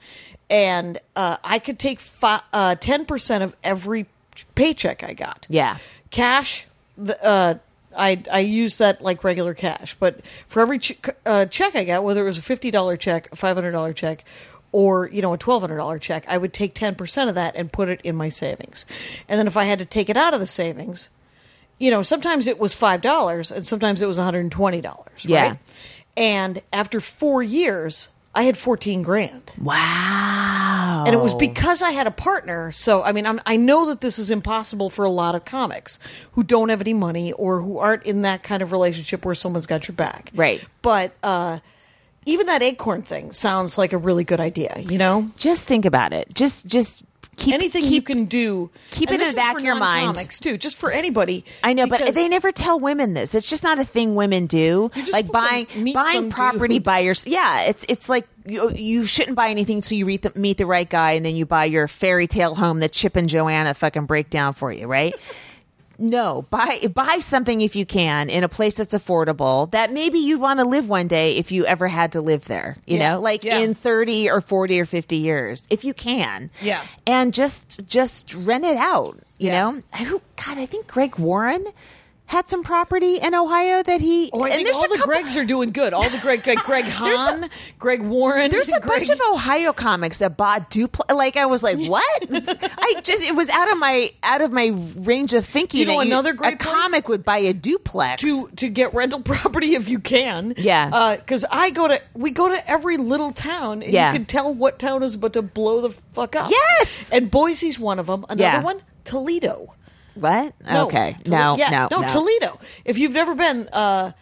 Speaker 3: and uh, I could take fi- uh, 10% of every paycheck I got,
Speaker 2: Yeah.
Speaker 3: cash. The, uh, I I use that like regular cash, but for every ch- uh, check I got, whether it was a fifty dollar check, a five hundred dollar check, or you know a twelve hundred dollar check, I would take ten percent of that and put it in my savings, and then if I had to take it out of the savings, you know sometimes it was five dollars and sometimes it was one hundred and twenty dollars.
Speaker 2: Yeah.
Speaker 3: Right? And after four years, I had fourteen grand
Speaker 2: Wow.
Speaker 3: and it was because I had a partner. So I mean, I'm, I know that this is impossible for a lot of comics who don't have any money or who aren't in that kind of relationship where someone's got your back.
Speaker 2: Right.
Speaker 3: But uh, even that acorn thing sounds like a really good idea. You know,
Speaker 2: Just think about it. Just just keep
Speaker 3: anything
Speaker 2: keep,
Speaker 3: you can do.
Speaker 2: keep
Speaker 3: and
Speaker 2: it in
Speaker 3: this
Speaker 2: the
Speaker 3: is
Speaker 2: back
Speaker 3: for
Speaker 2: of your mind.
Speaker 3: non-comics, too, just for anybody.
Speaker 2: I know, but
Speaker 3: because-
Speaker 2: they never tell women this. It's just not a thing women do.
Speaker 3: You're just
Speaker 2: Like buying
Speaker 3: supposed to meet
Speaker 2: buying
Speaker 3: some
Speaker 2: property
Speaker 3: dude.
Speaker 2: by your yeah. It's it's like you, you shouldn't buy anything until you meet the, meet the right guy, and then you buy your fairy tale home that Chip and Joanna fucking break down for you, right? No, buy buy something if you can in a place that's affordable that maybe you'd want to live one day if you ever had to live there. You
Speaker 3: Yeah.
Speaker 2: know, like
Speaker 3: Yeah.
Speaker 2: in thirty or forty or fifty years, if you can.
Speaker 3: Yeah.
Speaker 2: and just just rent it out. You
Speaker 3: Yeah.
Speaker 2: know, I, who- God, I think Greg Warren had some property in Ohio that he.
Speaker 3: Oh, I
Speaker 2: and
Speaker 3: think
Speaker 2: there's
Speaker 3: all
Speaker 2: a
Speaker 3: the
Speaker 2: couple-
Speaker 3: Gregs are doing good. All the Greg, Greg, Greg
Speaker 2: There's a-
Speaker 3: Hahn, Greg Warren.
Speaker 2: There's a
Speaker 3: Greg,
Speaker 2: bunch of Ohio comics that bought duplex. Like I was like, what? I just it was out of my out of my range of thinking.
Speaker 3: You know
Speaker 2: that
Speaker 3: another
Speaker 2: a
Speaker 3: great place?
Speaker 2: comic would buy a duplex.
Speaker 3: to to get rental property if you can.
Speaker 2: Yeah.
Speaker 3: Because I go to we go to every little town, and
Speaker 2: Yeah.
Speaker 3: you can tell what town is about to blow the fuck up.
Speaker 2: Yes!
Speaker 3: and Boise's one of them. Another
Speaker 2: Yeah.
Speaker 3: one, Toledo.
Speaker 2: what?
Speaker 3: No,
Speaker 2: okay,
Speaker 3: Tole-
Speaker 2: no,
Speaker 3: yeah,
Speaker 2: no,
Speaker 3: no,
Speaker 2: no,
Speaker 3: Toledo. If you've never been, uh,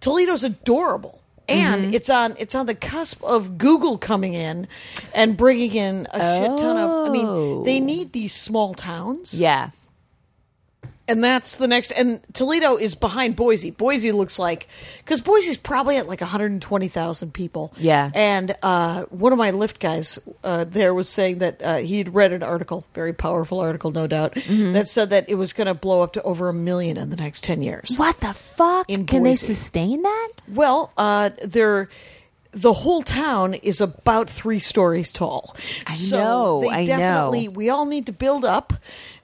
Speaker 3: Toledo's adorable. And
Speaker 2: Mm-hmm.
Speaker 3: it's on it's on the cusp of Google coming in and bringing in a shit ton of. I mean, they
Speaker 2: Oh.
Speaker 3: need these small towns.
Speaker 2: Yeah,
Speaker 3: And that's the next. And Toledo is behind Boise. Boise looks like because Boise's probably at like 120,000 people.
Speaker 2: Yeah.
Speaker 3: And uh, one of my Lyft guys uh, there was saying that uh, he'd read an article, very powerful article, no doubt, that said that it was going to blow up to over a million in the next 10 years.
Speaker 2: what the fuck?
Speaker 3: In
Speaker 2: Can they
Speaker 3: Boise.
Speaker 2: sustain that?
Speaker 3: Well, uh, they're. The whole town is about three stories tall. I
Speaker 2: know,
Speaker 3: They
Speaker 2: I know.
Speaker 3: definitely, We all need to build up,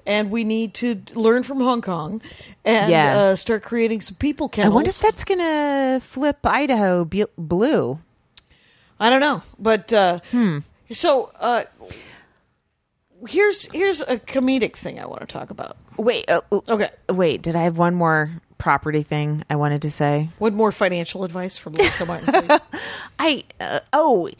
Speaker 3: and we need to learn from Hong Kong and
Speaker 2: Yeah.
Speaker 3: uh, start creating some people
Speaker 2: I
Speaker 3: kennels.
Speaker 2: wonder if that's gonna flip Idaho bu- blue.
Speaker 3: I don't know, but uh,
Speaker 2: Hmm.
Speaker 3: so uh, here's here's a comedic thing I want to talk about.
Speaker 2: Wait, uh, uh,
Speaker 3: Okay,
Speaker 2: wait. Did I have one more property thing I wanted to say?
Speaker 3: one more financial advice from Lisa Martin. please.
Speaker 2: I uh, oh, th-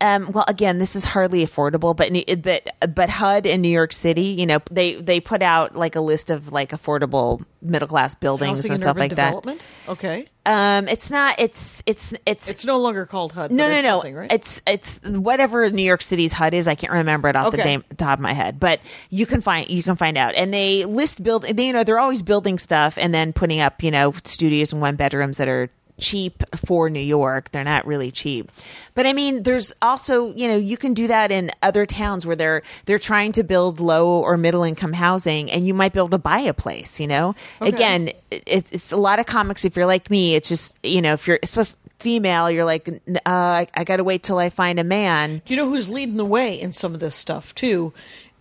Speaker 2: um, well again, this is hardly affordable, but ne- uh, but but HUD in New York City, you know, they they put out like a list of like affordable middle class buildings
Speaker 3: Housing
Speaker 2: and stuff
Speaker 3: urban
Speaker 2: like that.
Speaker 3: development. Okay,
Speaker 2: Um, it's not. It's it's it's.
Speaker 3: it's no longer called HUD.
Speaker 2: no,
Speaker 3: but
Speaker 2: no,
Speaker 3: it's
Speaker 2: no.
Speaker 3: something, Right?
Speaker 2: It's it's whatever New York City's HUD is. I can't remember it off the
Speaker 3: Okay.
Speaker 2: name, top of my head, but you can find you can find out. And they list build. They, you know, they're always building stuff and then putting up you know studios and one bedrooms that are cheap for New York. They're not really cheap, but I mean, there's also you know you can do that in other towns where they're they're trying to build low or middle income housing, and you might be able to buy a place. You know, again, it, it's a lot of comics. If you're like me, it's just you know if you're supposed female, you're like, "N- uh, I, I got to wait till I find a man.
Speaker 3: Do you know who's leading the way in some of this stuff too?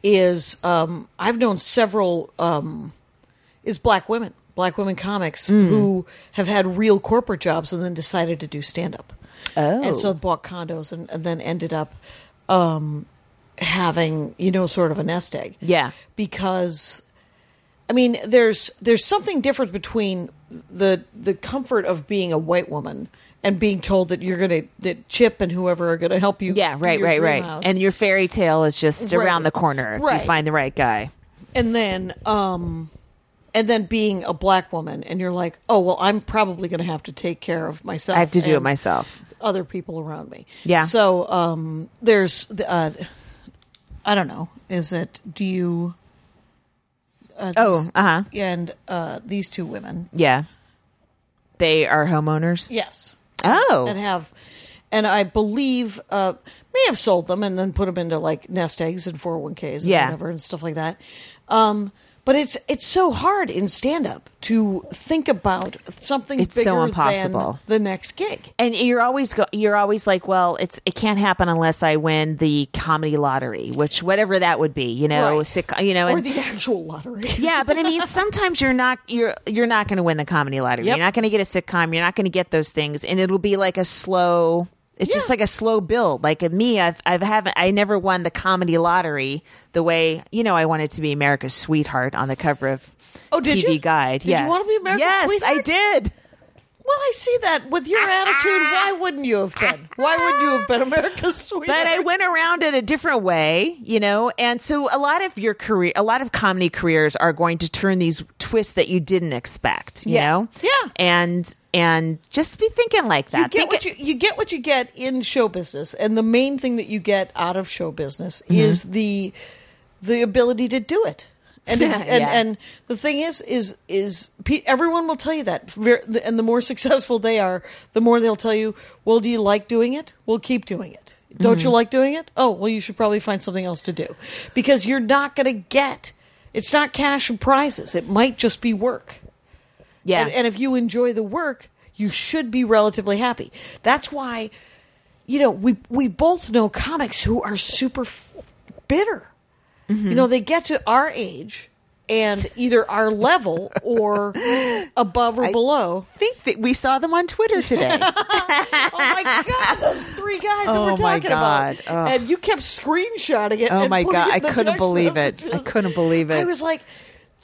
Speaker 3: Is um, I've known several um, is black women, black women comics who have had real corporate jobs and then decided to do stand up. Oh, and so bought condos and, and then ended up um, having you know sort of a nest egg.
Speaker 2: Yeah.
Speaker 3: because I mean, there's there's something different between the the comfort of being a white woman and being told that you're gonna that Chip and whoever are gonna help you.
Speaker 2: Yeah,
Speaker 3: do
Speaker 2: right,
Speaker 3: your
Speaker 2: right,
Speaker 3: dream
Speaker 2: right.
Speaker 3: house.
Speaker 2: And your fairy tale is just
Speaker 3: Right.
Speaker 2: around the corner if
Speaker 3: Right.
Speaker 2: you find the right guy.
Speaker 3: and then um, and then being a black woman, and you're like, oh well, I'm probably gonna have to take care of myself.
Speaker 2: I have to do it
Speaker 3: and
Speaker 2: myself.
Speaker 3: Other people around me.
Speaker 2: Yeah.
Speaker 3: So um, there's the, uh, I don't know. Is it do you? Uh,
Speaker 2: Oh,
Speaker 3: these-
Speaker 2: uh huh.
Speaker 3: and uh, these two women.
Speaker 2: Yeah. They are homeowners.
Speaker 3: Yes. and
Speaker 2: Oh,
Speaker 3: have and I believe uh, may have sold them and then put them into like nest eggs and 401ks and
Speaker 2: Yeah.
Speaker 3: whatever and stuff like that. Um, but it's it's so hard in stand up to think about something
Speaker 2: It's so
Speaker 3: bigger
Speaker 2: impossible.
Speaker 3: than the next gig.
Speaker 2: and you're always go- you're always like, well, it's it can't happen unless I win the comedy lottery, which whatever that would be, you know,
Speaker 3: Right.
Speaker 2: sick, you know,
Speaker 3: Or
Speaker 2: and
Speaker 3: the actual lottery.
Speaker 2: yeah, but I mean, sometimes you're not you're you're not going to win the comedy lottery.
Speaker 3: Yep.
Speaker 2: You're not going to get a sitcom. You're not going to get those things, and it'll be like a slow. It's just
Speaker 3: Yeah.
Speaker 2: like a slow build. Like at me, I've I've haven't I never won the comedy lottery the way you know I wanted to be America's sweetheart on the cover of
Speaker 3: Oh, did
Speaker 2: TV
Speaker 3: you?
Speaker 2: Guide.
Speaker 3: Did you
Speaker 2: yes,
Speaker 3: wanna be America's
Speaker 2: yes, I
Speaker 3: sweetheart?
Speaker 2: did.
Speaker 3: Well, I see that with your attitude. Why wouldn't you have been? Why wouldn't you have been America's sweetheart?
Speaker 2: But I went around it a different way, you know? And so a lot of your career, a lot of comedy careers are going to turn these twists that you didn't expect, you
Speaker 3: Yeah.
Speaker 2: know?
Speaker 3: Yeah.
Speaker 2: And and just be thinking like that.
Speaker 3: You get
Speaker 2: Think
Speaker 3: what you, you get what you get in show business, and the main thing that you get out of show business
Speaker 2: Mm-hmm.
Speaker 3: is the the ability to do it. And, if- and
Speaker 2: Yeah.
Speaker 3: and the thing is is is pe- everyone will tell you that, Ver- and the more successful they are, the more they'll tell you, "Well, do you like doing it? Well, keep doing it. Don't
Speaker 2: Mm-hmm.
Speaker 3: you like doing it? Oh, well, you should probably find something else to do, because you're not going to get. It's not cash and prizes. It might just be work.
Speaker 2: yeah,
Speaker 3: And, and if you enjoy the work, you should be relatively happy. That's why, you know, we we both know comics who are super f- bitter.
Speaker 2: Mm-hmm.
Speaker 3: You know, they get to our age and either our level or above or below.
Speaker 2: I think that we saw them on Twitter today.
Speaker 3: Oh my god, those three guys that
Speaker 2: Oh
Speaker 3: we're
Speaker 2: my
Speaker 3: talking
Speaker 2: God.
Speaker 3: about.
Speaker 2: Ugh.
Speaker 3: And you kept screenshotting it.
Speaker 2: Oh
Speaker 3: and
Speaker 2: my
Speaker 3: putting
Speaker 2: God,
Speaker 3: it in
Speaker 2: I
Speaker 3: the
Speaker 2: couldn't
Speaker 3: text
Speaker 2: believe it. I
Speaker 3: messages.
Speaker 2: couldn't believe it.
Speaker 3: I was like,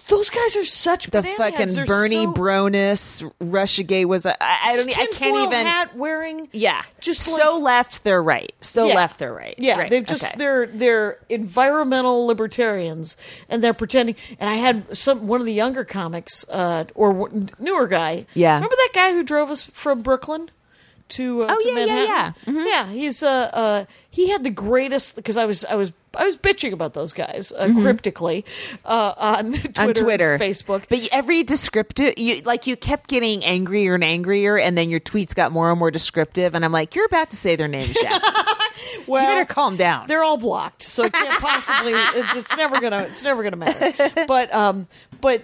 Speaker 3: those guys are such
Speaker 2: the
Speaker 3: banana heads.
Speaker 2: fucking
Speaker 3: They're
Speaker 2: Bernie
Speaker 3: so-
Speaker 2: Bronus Russia Gay was a, I, I don't e,
Speaker 3: Just
Speaker 2: I can't
Speaker 3: tinfoil
Speaker 2: even
Speaker 3: hat wearing.
Speaker 2: yeah
Speaker 3: just
Speaker 2: so
Speaker 3: like-
Speaker 2: left they're right so
Speaker 3: Yeah.
Speaker 2: left they're right
Speaker 3: Yeah,
Speaker 2: Right.
Speaker 3: they've just
Speaker 2: Okay.
Speaker 3: they're they're environmental libertarians, and they're pretending. And I had some one of the younger comics uh, or one- newer guy.
Speaker 2: Yeah.
Speaker 3: remember that guy who drove us from Brooklyn to uh,
Speaker 2: Oh,
Speaker 3: to
Speaker 2: yeah, yeah,
Speaker 3: Manhattan? Yeah, he's uh, uh he had the greatest because I was I was I was bitching about those guys uh, cryptically uh, on Twitter,
Speaker 2: on Mm-hmm. Twitter,
Speaker 3: Facebook.
Speaker 2: But every descriptive, you like you kept getting angrier and angrier, and then your tweets got more and more descriptive. And I'm like, you're about to say their names, Jack.
Speaker 3: well,
Speaker 2: you better calm down.
Speaker 3: They're all blocked, so it can't possibly. it- it's never gonna. It's never gonna matter. But um, but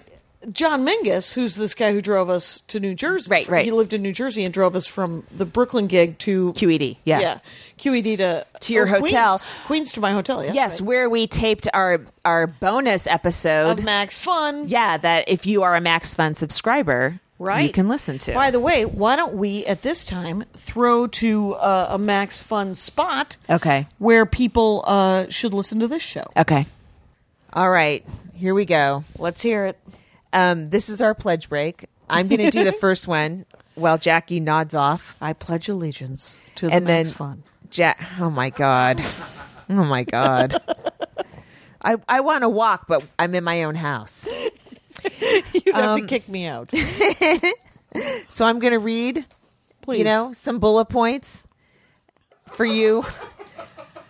Speaker 3: John Mingus, who's this guy who drove us to New Jersey,
Speaker 2: Right, right.
Speaker 3: He lived in New Jersey and drove us from the Brooklyn gig to
Speaker 2: QED, E yeah.
Speaker 3: QED to
Speaker 2: To your
Speaker 3: oh, Queens.
Speaker 2: hotel.
Speaker 3: Queens to my hotel. Yeah,
Speaker 2: Yes,
Speaker 3: right.
Speaker 2: where we taped our our bonus episode.
Speaker 3: Of Max Fun.
Speaker 2: yeah, that if you are a Max Fun subscriber,
Speaker 3: Right.
Speaker 2: you can listen to.
Speaker 3: By the way, why don't we at this time throw to uh, a Max Fun spot
Speaker 2: okay,
Speaker 3: where people uh, should listen to this show?
Speaker 2: okay, all right, here we go.
Speaker 3: Let's hear it.
Speaker 2: Um, this is our pledge break. I'm going to do the first one while Jackie nods off.
Speaker 3: I pledge allegiance to the
Speaker 2: and then
Speaker 3: Max Fun.
Speaker 2: Jack. Oh my god. Oh my god. I I want to walk, but I'm in my own house,
Speaker 3: You'd have
Speaker 2: Um,
Speaker 3: to kick me out,
Speaker 2: so I'm going to read.
Speaker 3: please.
Speaker 2: You know, some bullet points for you.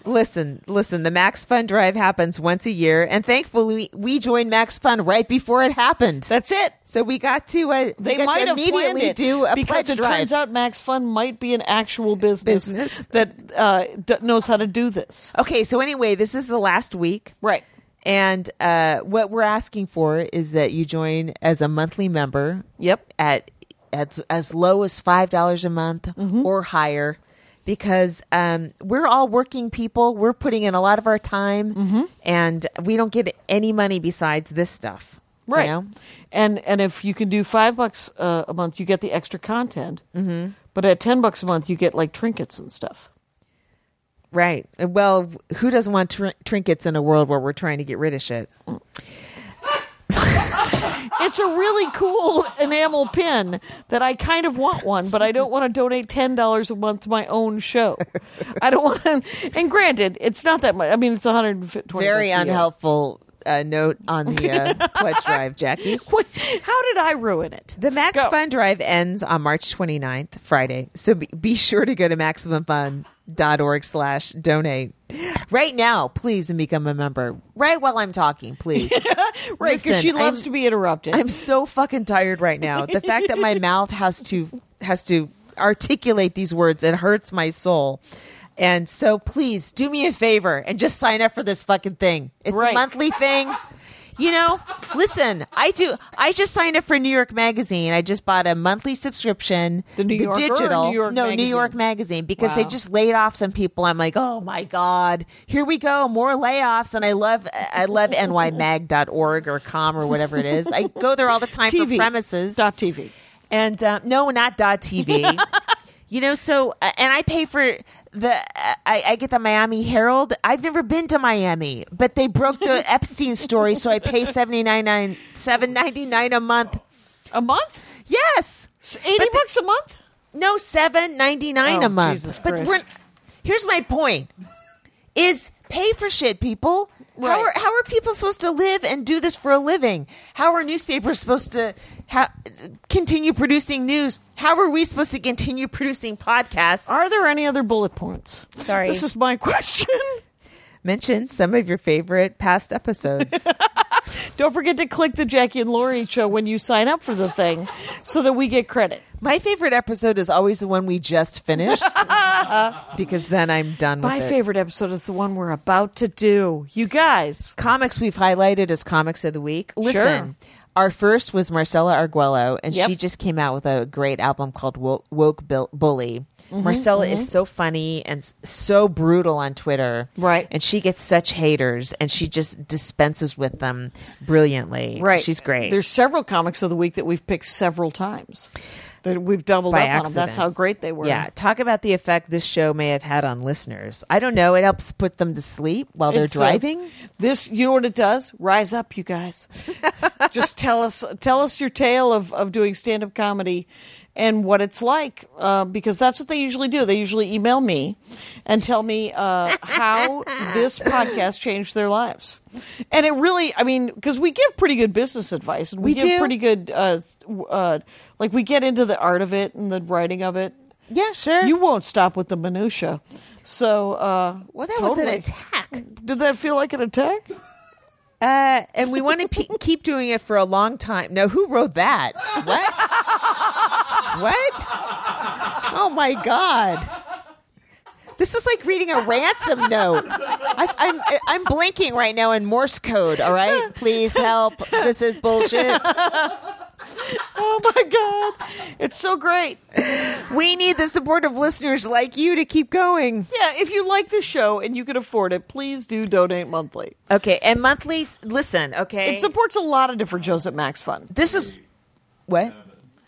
Speaker 2: Listen, listen, the Max Fun Drive happens once a year, and thankfully we joined Max Fun right before it happened.
Speaker 3: that's it.
Speaker 2: So we got to uh, we
Speaker 3: They
Speaker 2: got
Speaker 3: might
Speaker 2: to
Speaker 3: have planned
Speaker 2: immediately
Speaker 3: it
Speaker 2: do a
Speaker 3: because
Speaker 2: pledge
Speaker 3: it
Speaker 2: drive.
Speaker 3: turns out Max Fun might be an actual business,
Speaker 2: Business.
Speaker 3: that uh, d- knows how to do this.
Speaker 2: okay, so anyway, this is the last week.
Speaker 3: Right.
Speaker 2: And uh, what we're asking for is that you join as a monthly member.
Speaker 3: Yep.
Speaker 2: At at as low as five dollars a month or higher, because um, we're all working people. We're putting in a lot of our time, and we don't get any money besides this stuff. you
Speaker 3: Right.
Speaker 2: know?
Speaker 3: And and if you can do five bucks uh, a month, you get the extra content. Mm-hmm. But at ten bucks a month, you get like trinkets and stuff.
Speaker 2: Right. Well, who doesn't want tr- trinkets in a world where we're trying to get rid of shit?
Speaker 3: It's a really cool enamel pin that I kind of want one, but I don't want to donate ten dollars a month to my own show. I don't want to. And granted, it's not that much. I mean, it's one hundred and twenty.
Speaker 2: Very unhelpful uh, note on the uh, pledge drive, Jackie.
Speaker 3: What, how did I ruin it?
Speaker 2: The Max
Speaker 3: Go.
Speaker 2: Fun Drive ends on March 29th, Friday. So be, be sure to go to MaximumFun.org slash donate. Right now, please, and become a member. Right while I'm talking, please.
Speaker 3: Right, because she
Speaker 2: Listen,
Speaker 3: loves
Speaker 2: I'm-
Speaker 3: to be interrupted.
Speaker 2: I'm so fucking tired right now. The fact that my mouth has to has to articulate these words, it hurts my soul. And so please do me a favor and just sign up for this fucking thing. It's a
Speaker 3: Right.
Speaker 2: monthly thing. You know, listen, I do I just signed up for New York magazine. I just bought a monthly subscription.
Speaker 3: The New Yorker or
Speaker 2: digital
Speaker 3: New York
Speaker 2: No, New
Speaker 3: Magazine?
Speaker 2: York magazine because they
Speaker 3: Wow.
Speaker 2: just laid off some people. I'm like, oh my God, here we go, more layoffs. And I love I love nymag.org or com or whatever it is. I go there all the time for
Speaker 3: TV
Speaker 2: premises.
Speaker 3: dot TV.
Speaker 2: And um, no, not dot TV. you know, so uh, and I pay for the uh, I, I get the Miami Herald. I've never been to Miami, but they broke the Epstein story, so I pay seventy nine nine seven ninety nine a month.
Speaker 3: A month?
Speaker 2: Yes.
Speaker 3: It's Eighty
Speaker 2: But the-
Speaker 3: bucks a month?
Speaker 2: No, seven ninety nine
Speaker 3: Oh,
Speaker 2: a month.
Speaker 3: Jesus
Speaker 2: but
Speaker 3: Christ.
Speaker 2: we're here's my point: is pay for shit, people. How
Speaker 3: Right.
Speaker 2: are how are people supposed to live and do this for a living? How are newspapers supposed to ha- continue producing news? How are we supposed to continue producing podcasts?
Speaker 3: Are there any other bullet points?
Speaker 4: Sorry.
Speaker 3: This is my question.
Speaker 2: Mention some of your favorite past episodes.
Speaker 3: Don't forget to click the Jackie and Laurie show when you sign up for the thing so that we get credit.
Speaker 2: My favorite episode is always the one we just finished because then I'm done with
Speaker 3: My
Speaker 2: it.
Speaker 3: favorite episode is the one we're about to do. You guys.
Speaker 2: comics we've highlighted as comics of the week. Listen, our first was Marcella Arguello, and
Speaker 3: Yep.
Speaker 2: she just came out with a great album called Woke, Woke Bill- Bully.
Speaker 3: Mm-hmm,
Speaker 2: Marcella is so funny and s- so brutal on Twitter.
Speaker 3: Right.
Speaker 2: And she gets such haters, and she just dispenses with them brilliantly. She's great.
Speaker 3: There's several comics of the week that we've picked several times. That we've doubled
Speaker 2: By
Speaker 3: up on 'em.
Speaker 2: accident.
Speaker 3: That's how great they were.
Speaker 2: yeah, talk about the effect this show may have had on listeners. I don't know. It helps put them to sleep while they're
Speaker 3: It's, uh,
Speaker 2: driving.
Speaker 3: this, you know what it does? Rise up, you guys. Just tell us, tell us your tale of of doing stand up comedy and what it's like, uh, because that's what they usually do. They usually email me and tell me uh, how this podcast changed their lives. And it really, I mean, because we give pretty good business advice and we,
Speaker 2: We
Speaker 3: give
Speaker 2: do.
Speaker 3: pretty good, uh, s- w- uh, like we get into the art of it and the writing of it.
Speaker 2: yeah, sure.
Speaker 3: You won't stop with the minutia. So, uh,
Speaker 2: well, that was an
Speaker 3: totally.
Speaker 2: attack.
Speaker 3: Did that feel like an attack?
Speaker 2: Uh, and we want to pe- keep doing it for a long time. No, who wrote that? What? what? Oh my god! This is like reading a ransom note. I, I'm I'm blinking right now in Morse code. All right, please help. This is bullshit.
Speaker 3: Oh my god, it's so great!
Speaker 2: We need the support of listeners like you to keep going.
Speaker 3: Yeah, if you like the show and you can afford it, please do donate monthly.
Speaker 2: Okay, and monthly. s- Listen, okay.
Speaker 3: It supports a lot of different shows at Max Fund.
Speaker 2: This is what?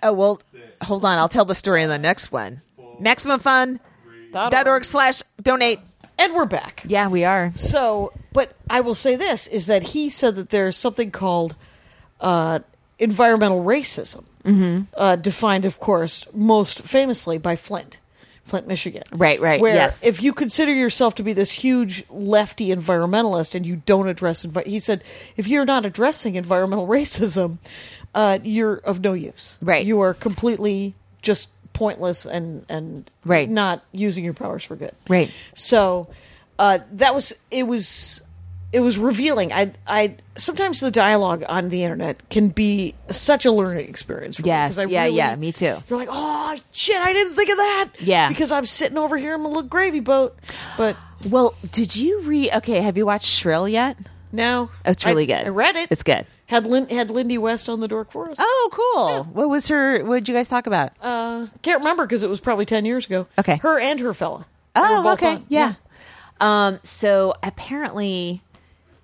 Speaker 2: Oh well, hold on. I'll tell the story in the next one. Maximum Fun. dot org slash donate.
Speaker 3: and we're back.
Speaker 2: Yeah, we are.
Speaker 3: So, but I will say this is that he said that there's something called uh, environmental racism,
Speaker 2: Mm-hmm.
Speaker 3: uh, defined, of course, most famously by Flint, Flint, Michigan.
Speaker 2: Right, right,
Speaker 3: Where
Speaker 2: yes.
Speaker 3: if you consider yourself to be this huge lefty environmentalist and you don't address, envi- he said, if you're not addressing environmental racism, uh, you're of no use.
Speaker 2: Right.
Speaker 3: You are completely just pointless and and
Speaker 2: Right.
Speaker 3: not using your powers for good.
Speaker 2: Right.
Speaker 3: So uh, that was it was it was revealing. I I sometimes the dialogue on the internet can be such a learning experience. For me,
Speaker 2: Yes,
Speaker 3: 'cause I
Speaker 2: yeah, yeah, me too.
Speaker 3: You're like, oh shit, I didn't think of that.
Speaker 2: Yeah.
Speaker 3: because I'm sitting over here in my little gravy boat. But
Speaker 2: Well, did you read? Okay, have you watched Shrill yet?
Speaker 3: now
Speaker 2: It's really
Speaker 3: I-
Speaker 2: good.
Speaker 3: I read it.
Speaker 2: It's good.
Speaker 3: Had Lin- had Lindy West on the Dork Forest.
Speaker 2: Oh, cool. What was her? What did you guys talk about?
Speaker 3: Uh, can't remember because it was probably ten years ago.
Speaker 2: Okay.
Speaker 3: her and her fella. They were
Speaker 2: oh,
Speaker 3: both
Speaker 2: okay,
Speaker 3: on.
Speaker 2: yeah. Um, so apparently,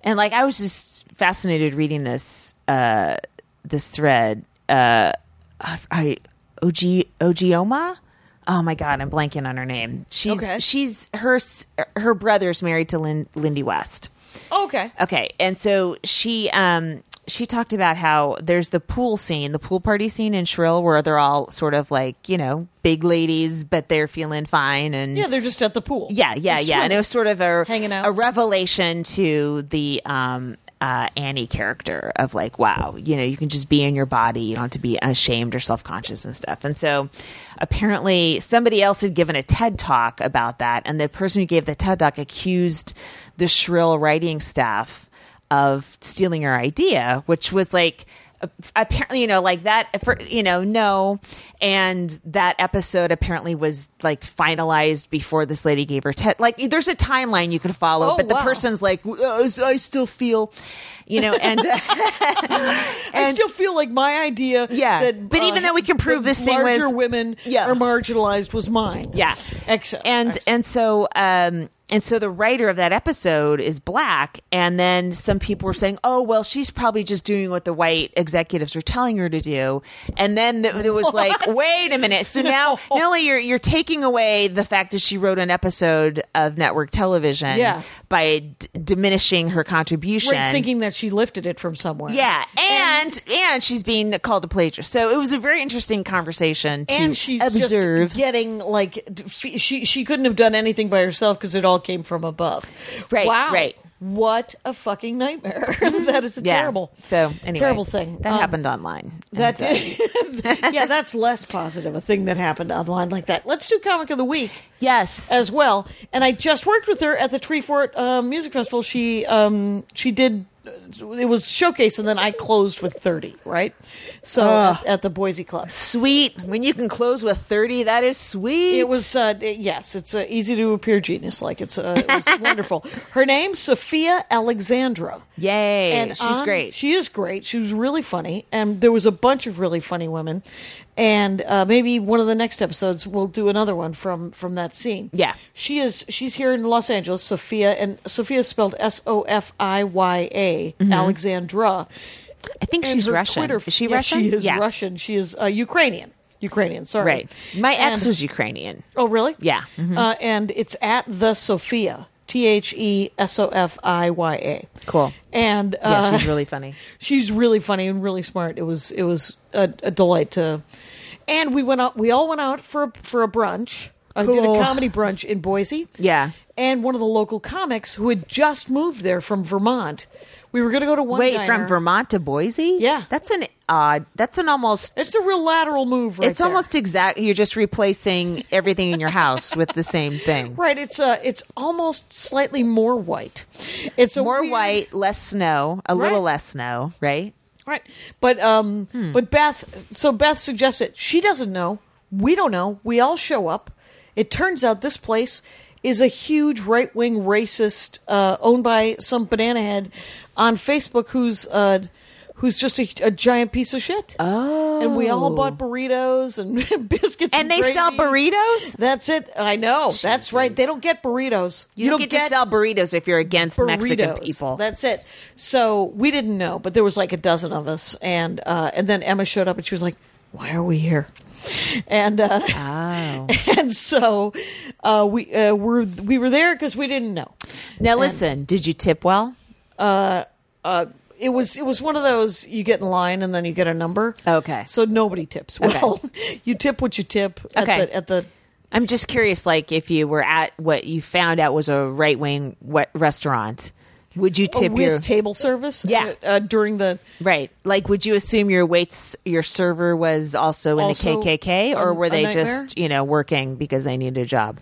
Speaker 2: and like I was just fascinated reading this uh this thread. Uh, I, I Og Ogioma. Oh my god, I'm blanking on her name. She's
Speaker 3: Okay.
Speaker 2: she's her s- her brother's married to Lin- Lindy West.
Speaker 3: Okay.
Speaker 2: Okay, and so she um she talked about how there's the pool scene, the pool party scene in Shrill, where they're all sort of like you know big ladies, but they're feeling fine and
Speaker 3: Yeah, they're just at the pool.
Speaker 2: yeah, yeah, yeah. And it was sort of a
Speaker 3: Hanging out.
Speaker 2: a revelation to the um uh, Annie character of like, wow, you know, you can just be in your body. You don't have to be ashamed or self conscious and stuff. And so apparently somebody else had given a TED talk about that. And the person who gave the TED talk accused the shrill writing staff of stealing her idea, which was like, apparently you know like that for you know no and that episode apparently was like finalized before this lady gave her ted like there's a timeline you could follow
Speaker 3: Oh,
Speaker 2: but the
Speaker 3: wow.
Speaker 2: person's like "Uh, i still feel you know and
Speaker 3: I still feel like my idea.
Speaker 2: Yeah,
Speaker 3: that,
Speaker 2: but even though we can prove
Speaker 3: that
Speaker 2: this thing
Speaker 3: larger
Speaker 2: was-
Speaker 3: women
Speaker 2: Yeah.
Speaker 3: are marginalized was mine.
Speaker 2: Yeah.
Speaker 3: Except
Speaker 2: And and so um and so the writer of that episode is black and then some people were saying, "Oh, well, she's probably just doing what the white executives are telling her to do." And then th- there was like, "Wait a minute." So now not only you're you're taking away the fact that she wrote an episode of network television
Speaker 3: Yeah.
Speaker 2: by d- diminishing her contribution.
Speaker 3: right, thinking that she lifted it from somewhere.
Speaker 2: yeah, and, and she's being called a plagiarist. So it was a very interesting conversation to
Speaker 3: And she's just
Speaker 2: observe.
Speaker 3: getting like d- f- she she couldn't have done anything by herself because it all came from above.
Speaker 2: Right,
Speaker 3: Wow.
Speaker 2: right, Mm-hmm.
Speaker 3: What a fucking nightmare. that is a
Speaker 2: Yeah.
Speaker 3: terrible.
Speaker 2: So anyway,
Speaker 3: terrible thing.
Speaker 2: that
Speaker 3: Um,
Speaker 2: happened online.
Speaker 3: That's yeah, that's less positive. A thing that happened online like that. Let's do comic of the week
Speaker 2: yes.
Speaker 3: as well. And I just worked with her at the Tree Fort uh, Music Festival. She um, she did uh, it was showcase, and then I closed with thirty. Right, so
Speaker 2: Ah.
Speaker 3: at, at the Boise Club.
Speaker 2: sweet. When you can close with thirty, that is sweet.
Speaker 3: It was uh, it- yes, it's uh, easy to appear genius like it's uh, it was wonderful. Her name Sophia Alexandra.
Speaker 2: yay.
Speaker 3: And
Speaker 2: she's
Speaker 3: on-
Speaker 2: great.
Speaker 3: Um, She is great. She was really funny, and there was a bunch of really funny women. And uh, maybe one of the next episodes we'll do another one from from that scene.
Speaker 2: Yeah.
Speaker 3: she is. She's here in Los Angeles, Sophia, and Sophia is spelled S O F I Y A, Alexandra.
Speaker 2: I think
Speaker 3: And
Speaker 2: Mm-hmm. she's
Speaker 3: her
Speaker 2: Russian.
Speaker 3: Twitter-
Speaker 2: is she
Speaker 3: Yeah,
Speaker 2: Russian?
Speaker 3: She is
Speaker 2: yeah.
Speaker 3: Russian. She is uh, Ukrainian. Ukrainian. Sorry.
Speaker 2: Right. My ex
Speaker 3: And-
Speaker 2: was Ukrainian.
Speaker 3: Oh, really?
Speaker 2: Yeah. Mm-hmm.
Speaker 3: Uh, and it's at the Sophia. T H E S O F I Y A.
Speaker 2: Cool.
Speaker 3: And uh,
Speaker 2: Yeah, she's really funny.
Speaker 3: she's really funny and really smart. It was it was a, a delight to, and we went out. We all went out for a, for a brunch. I did
Speaker 2: Cool.
Speaker 3: a comedy brunch in Boise.
Speaker 2: Yeah.
Speaker 3: and one of the local comics who had just moved there from Vermont. We were going to go to one.
Speaker 2: Wait,
Speaker 3: diner.
Speaker 2: from Vermont to Boise?
Speaker 3: Yeah.
Speaker 2: That's an odd. That's an almost.
Speaker 3: It's a real lateral move. Right
Speaker 2: it's
Speaker 3: there.
Speaker 2: almost exact. You're just replacing everything in your house with the same thing.
Speaker 3: right. It's uh, it's almost slightly more white. It's a
Speaker 2: More
Speaker 3: weird-
Speaker 2: white, less snow, a little
Speaker 3: Right.
Speaker 2: less snow, right?
Speaker 3: Right. But um
Speaker 2: Hmm.
Speaker 3: but Beth so Beth suggests it. She doesn't know. We don't know. We all show up. It turns out this place is a huge right wing racist uh, owned by some banana head on Facebook who's uh who's just a, a giant piece of shit. Oh. And we all bought burritos and biscuits and,
Speaker 2: And they sell
Speaker 3: gravy.
Speaker 2: burritos?
Speaker 3: That's it. I know. That's right. They don't get burritos.
Speaker 2: You, don't, get, to sell burritos if you're against Mexican
Speaker 3: burritos.
Speaker 2: people.
Speaker 3: That's it. So we didn't know, but there was like a dozen of us, and uh, and then Emma showed up, and she was like, "Why are we here?" And uh,
Speaker 2: oh.
Speaker 3: and so uh, we uh, were we were there because we didn't know. Uh,
Speaker 2: Now, listen, did you tip well?
Speaker 3: It was it was one of those you get in line and then you get a number.
Speaker 2: Okay.
Speaker 3: So nobody tips.
Speaker 2: Okay.
Speaker 3: Well, you tip what you tip at
Speaker 2: Okay.
Speaker 3: the at the
Speaker 2: I'm just curious, like, if you were at what you found out was a right wing restaurant, would you tip
Speaker 3: Oh, with
Speaker 2: your.
Speaker 3: table service.
Speaker 2: Yeah.
Speaker 3: Uh, during the
Speaker 2: Right. Like, would you assume your waits, your server was also in
Speaker 3: Also
Speaker 2: the KKK, or
Speaker 3: a-
Speaker 2: were
Speaker 3: a
Speaker 2: they
Speaker 3: nightmare?
Speaker 2: just, you know, working because they needed a job?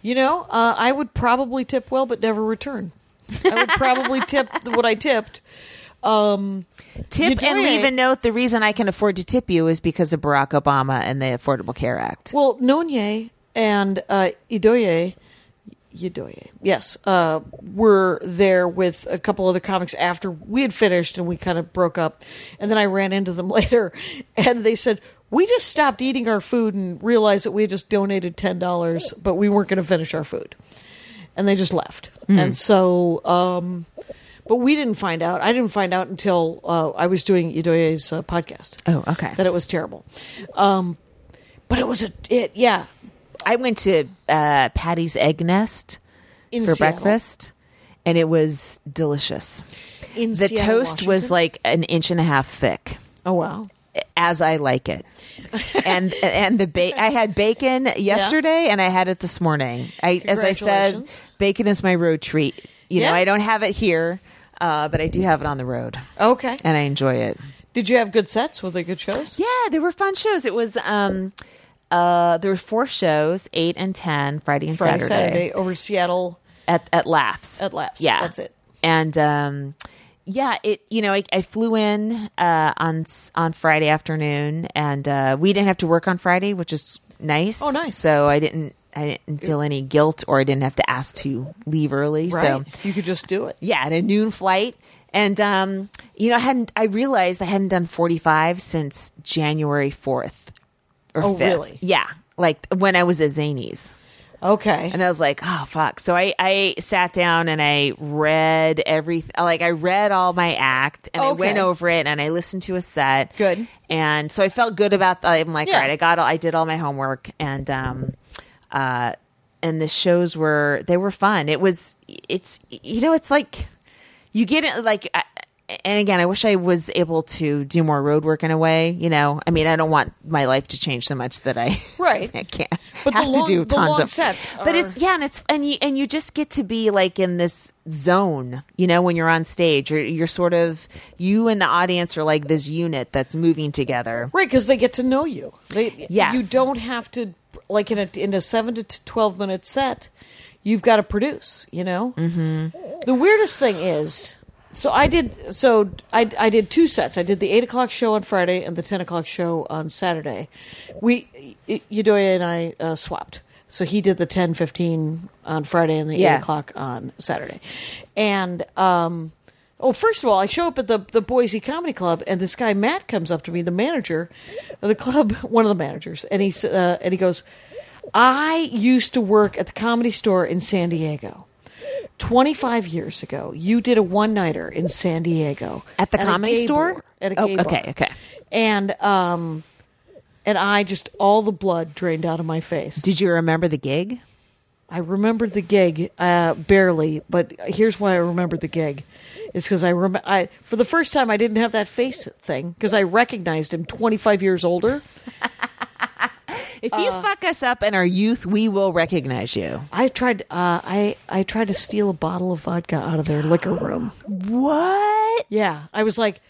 Speaker 3: You know, uh, I would probably tip well, but never return. I would probably tip what I tipped. Um, You
Speaker 2: Tip
Speaker 3: do
Speaker 2: and leave
Speaker 3: it.
Speaker 2: a note. The reason I can afford to tip you is because of Barack Obama and the Affordable Care Act.
Speaker 3: well, Nonye and uh, Idoye, Idoye, yes, uh, were there with a couple other comics after we had finished and we kind of broke up. And then I ran into them later and they said, we just stopped eating our food and realized that we had just donated $10, but we weren't going to finish our food. and they just left.
Speaker 2: Hmm.
Speaker 3: And so, um, but we didn't find out. I didn't find out until uh, I was doing Idoye's uh, podcast.
Speaker 2: Oh, okay.
Speaker 3: That it was terrible. Um, but it was a it yeah
Speaker 2: I went to uh, Patty's Egg Nest
Speaker 3: in
Speaker 2: for
Speaker 3: Seattle.
Speaker 2: breakfast, and it was delicious.
Speaker 3: In
Speaker 2: The
Speaker 3: Seattle,
Speaker 2: toast was
Speaker 3: Washington.
Speaker 2: like an inch and a half thick,
Speaker 3: oh wow
Speaker 2: as I like it. and and the ba- I had bacon yesterday, and I had it this morning. I, as I said,
Speaker 3: Congratulations.
Speaker 2: bacon is my road treat. You
Speaker 3: Yeah.
Speaker 2: know, I don't have it here, uh, but I do have it on the road,
Speaker 3: okay.
Speaker 2: and I enjoy it.
Speaker 3: Did you have good sets? Were they good shows?
Speaker 2: Yeah, there were fun shows. It was um uh there were four shows, eight and ten, Friday and
Speaker 3: Friday
Speaker 2: Saturday,
Speaker 3: Saturday over Seattle.
Speaker 2: at at Laughs.
Speaker 3: At Laughs.
Speaker 2: Yeah.
Speaker 3: That's it.
Speaker 2: And um yeah, it you know, I, I flew in uh on s- on Friday afternoon and uh we didn't have to work on Friday, which is nice.
Speaker 3: Oh, nice.
Speaker 2: So I didn't I didn't feel any guilt or I didn't have to ask to leave early. So
Speaker 3: Right. you could just do it.
Speaker 2: yeah, at a noon flight. And um, you know, I hadn't I realized I hadn't done 45 since January 4th or
Speaker 3: Oh,
Speaker 2: 5th.
Speaker 3: really?
Speaker 2: Yeah. Like when I was at Zany's.
Speaker 3: Okay.
Speaker 2: And I was like, oh fuck. So I, I sat down and I read everything like I read all my act and I
Speaker 3: Okay.
Speaker 2: went over it and I listened to a set.
Speaker 3: Good.
Speaker 2: And so I felt good about the, I'm like,
Speaker 3: Yeah.
Speaker 2: all right, I got all I did all my homework and um uh and the shows were they were fun. It was it's you know, it's like you get it like I, and again, I wish I was able to do more road work in a way, you know. I mean, I don't want my life to change so much that I
Speaker 3: Right.
Speaker 2: I can't
Speaker 3: But the
Speaker 2: have
Speaker 3: long-
Speaker 2: to do
Speaker 3: the
Speaker 2: tons
Speaker 3: long
Speaker 2: of
Speaker 3: sets
Speaker 2: But
Speaker 3: are-
Speaker 2: it's yeah, and it's and you and you just get to be like in this zone, you know, when you're on stage, you're, you're sort of you and the audience are like this unit that's moving together.
Speaker 3: Right, because they get to know you. They,
Speaker 2: Yes.
Speaker 3: you don't have to like in a in a seven to t- twelve minute set. You've got to produce. You know. Mm-hmm. The weirdest thing is, so I did. So I I did two sets. I did the eight o'clock show on Friday and the ten o'clock show on Saturday. We Y- Yudoya and I uh, swapped. So he did the ten fifteen on Friday and the
Speaker 2: Yeah.
Speaker 3: eight o'clock on Saturday, and um. Oh, first of all, I show up at the the Boise Comedy Club, and this guy Matt comes up to me, the manager of the club, one of the managers, and he s- uh, and he goes, "I used to work at the Comedy Store in San Diego." 25 years ago, you did a one nighter in San Diego
Speaker 2: At the
Speaker 3: a
Speaker 2: Comedy
Speaker 3: gay
Speaker 2: Store?
Speaker 3: bar- At a
Speaker 2: Oh,
Speaker 3: gay bar.
Speaker 2: okay, okay.
Speaker 3: And um, and I just all the blood drained out of my face.
Speaker 2: Did you remember the gig?
Speaker 3: I remembered the gig uh, barely, but here's why I remembered the gig is because I rem- I for the first time I didn't have that face thing because I recognized him 25 years older.
Speaker 2: If you
Speaker 3: Uh.
Speaker 2: fuck us up in our youth, we will recognize you.
Speaker 3: I tried uh, I I tried to steal a bottle of vodka out of their liquor room.
Speaker 2: What?
Speaker 3: Yeah, I was like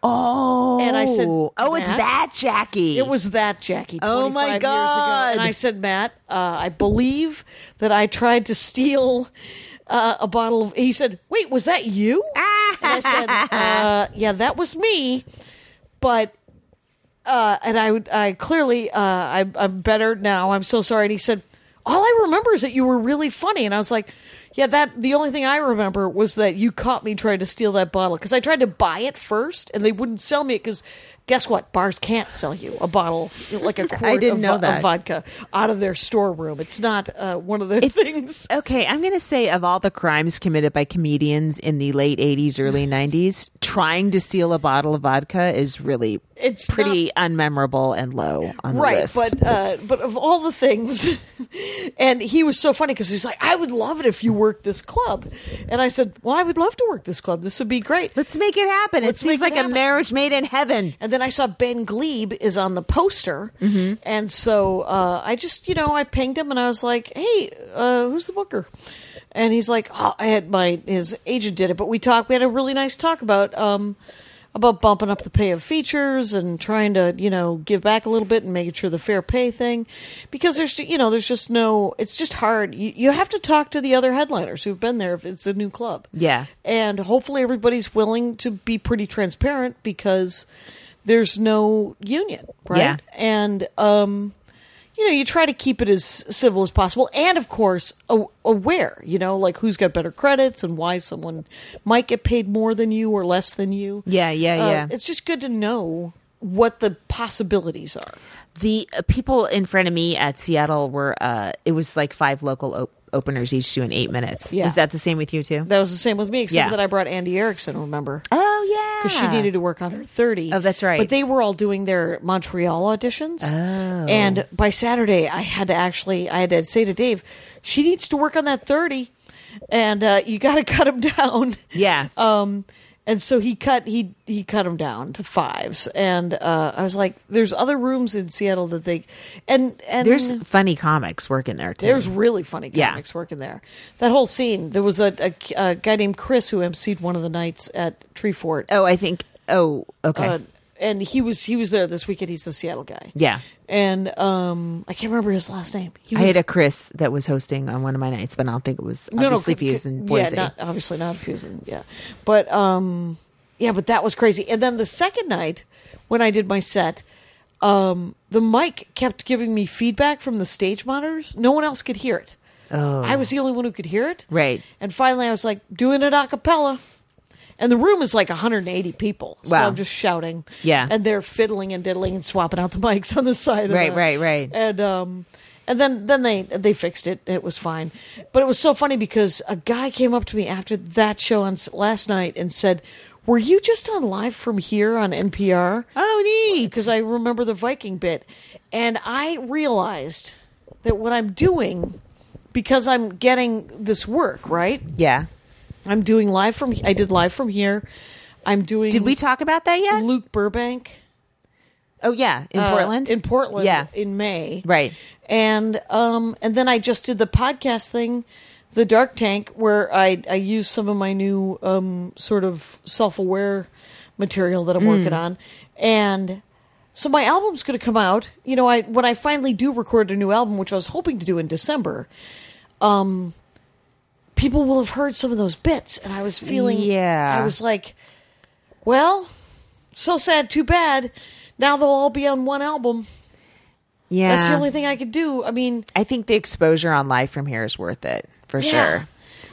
Speaker 2: Oh.
Speaker 3: And I said,
Speaker 2: "Oh, it's
Speaker 3: Matt?
Speaker 2: that Jackie."
Speaker 3: it was that Jackie.
Speaker 2: Oh, my
Speaker 3: 25 years ago.
Speaker 2: God.
Speaker 3: And I said, Matt, uh, I believe that I tried to steal. Uh, a bottle of. He said, "Wait, was that you?" And I said, uh, "Yeah, that was me." But uh, and I, would- I clearly, uh, I'm, I'm better now. I'm so sorry. And he said, "All I remember is that you were really funny." And I was like, "Yeah, that." The only thing I remember was that you caught me trying to steal that bottle because I tried to buy it first, and they wouldn't sell me it because. Guess what? Bars can't sell you a bottle, like a quart
Speaker 2: didn't
Speaker 3: of,
Speaker 2: know
Speaker 3: vo-
Speaker 2: that.
Speaker 3: of vodka, out of their storeroom. It's not uh, one of the
Speaker 2: It's-
Speaker 3: things.
Speaker 2: Okay, I'm going to say of all the crimes committed by comedians in the late 80s, early 90s, trying to steal a bottle of vodka is really
Speaker 3: It's
Speaker 2: pretty unmemorable and low on the
Speaker 3: right
Speaker 2: list.
Speaker 3: but uh but of all the things and he was so funny because he's like i would love it if you worked this club and i said well i would love to work this club this would be great
Speaker 2: let's make it happen.
Speaker 3: Let's
Speaker 2: it seems
Speaker 3: make it
Speaker 2: like a
Speaker 3: happen.
Speaker 2: marriage made in heaven.
Speaker 3: and then I saw Ben Glebe is on the poster, and so uh, I just you know I pinged him and I was like, "Hey, uh, who's the booker?" And he's like, oh, "I had my his agent did it, but we talked. We had a really nice talk about um, about bumping up the pay of features and trying to you know give back a little bit and making sure the fair pay thing, because there's you know there's just no it's just hard. You, you have to talk to the other headliners who've been there if it's a new club.
Speaker 2: Yeah.
Speaker 3: And hopefully everybody's willing to be pretty transparent because there's no union, right?
Speaker 2: Yeah.
Speaker 3: And um you know, you try to keep it as civil as possible and of course a- aware, you know, like who's got better credits and why someone might get paid more than you or less than you.
Speaker 2: Yeah, yeah,
Speaker 3: Uh,
Speaker 2: yeah.
Speaker 3: It's just good to know what the possibilities are.
Speaker 2: the uh, people in front of me at Seattle were uh it was like five local op- openers each doing 8 minutes.
Speaker 3: Yeah.
Speaker 2: Is that the same with you too?
Speaker 3: That was the same with me, except
Speaker 2: Yeah.
Speaker 3: that I brought Andy Erickson, remember?
Speaker 2: oh yeah.
Speaker 3: because she needed to work on her 30.
Speaker 2: Oh, that's right.
Speaker 3: But they were all doing their Montreal auditions. Oh. And by Saturday, I had to actually, I had to say to Dave, she needs to work on that 30, and uh, you got to cut him down.
Speaker 2: Yeah.
Speaker 3: Um, and so he cut he he cut them down to fives, and uh, I was like, "There's other rooms in Seattle that they, and and
Speaker 2: There's funny comics working there too.
Speaker 3: there's really funny
Speaker 2: Yeah.
Speaker 3: comics working there. That whole scene. There was a, a, a guy named Chris who emceed one of the nights at Tree Fort.
Speaker 2: oh, I think oh, okay.
Speaker 3: Uh, and he was he was there this weekend. He's a Seattle guy.
Speaker 2: yeah.
Speaker 3: And um, I can't remember his last name. He
Speaker 2: I
Speaker 3: was,
Speaker 2: had a Chris that was hosting on one of my nights, but I don't think it was obviously if he was in Boise.
Speaker 3: Yeah, not, obviously not if he was in- Yeah, but um, yeah, but that was crazy. And then the second night when I did my set, um, the mic kept giving me feedback from the stage monitors. No one else could hear it.
Speaker 2: Oh.
Speaker 3: I was the only one who could hear it.
Speaker 2: Right.
Speaker 3: And finally, I was like doing it a cappella. And the room is like 180 people. So
Speaker 2: Wow.
Speaker 3: I'm just shouting.
Speaker 2: Yeah.
Speaker 3: And they're fiddling and diddling and swapping out the mics on the side.
Speaker 2: Right,
Speaker 3: of the,
Speaker 2: right, right.
Speaker 3: And um, and then then they they fixed it. It was fine. But it was so funny because a guy came up to me after that show on s- last night and said, "Were you just on live from here on NPR?"
Speaker 2: oh, neat.
Speaker 3: because I remember the Viking bit, and I realized that what I'm doing because I'm getting this work right.
Speaker 2: yeah.
Speaker 3: I'm doing live from. I did live from here. I'm doing.
Speaker 2: Did we talk about that yet?
Speaker 3: Luke Burbank?
Speaker 2: Oh yeah, in
Speaker 3: uh,
Speaker 2: Portland.
Speaker 3: in Portland,
Speaker 2: Yeah.
Speaker 3: in May,
Speaker 2: Right.
Speaker 3: And um, and then I just did the podcast thing, the Dark Tank, where I I used some of my new um sort of self aware material that I'm
Speaker 2: Mm.
Speaker 3: working on, and so my album's going to come out. You know, I when I finally do record a new album, which I was hoping to do in December, um, people will have heard some of those bits, and I was feeling,
Speaker 2: Yeah.
Speaker 3: I was like, well, so sad, too bad. Now they'll all be on one album.
Speaker 2: yeah.
Speaker 3: That's the only thing I could do. I mean,
Speaker 2: I think the exposure on live from here is worth it for
Speaker 3: yeah.
Speaker 2: sure.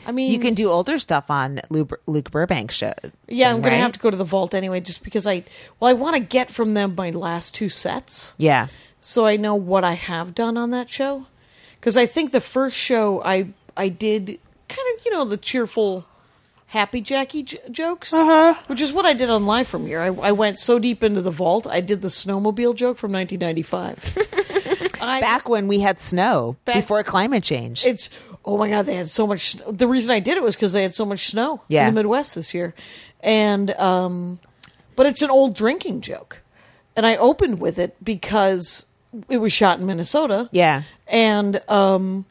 Speaker 3: I mean,
Speaker 2: You can do older stuff on Lou, Luke Burbank show.
Speaker 3: Yeah, I'm
Speaker 2: thing,
Speaker 3: gonna
Speaker 2: right?
Speaker 3: have to go to the vault anyway, just because I. Well, I want to get from them my last two sets,
Speaker 2: Yeah.
Speaker 3: so I know what I have done on that show. Because I think the first show I I did kind of you know the cheerful, happy Jackie j- jokes,
Speaker 2: Uh-huh.
Speaker 3: which is what I did on live from here. I, I went so deep into the vault, I did the snowmobile joke from 1995. I-
Speaker 2: Back when we had snow
Speaker 3: Back-
Speaker 2: before climate change.
Speaker 3: it's oh my god they had so much snow. the reason i did it was because they had so much snow
Speaker 2: Yeah.
Speaker 3: in the midwest this year and um but it's an old drinking joke and i opened with it because it was shot in minnesota
Speaker 2: yeah.
Speaker 3: and um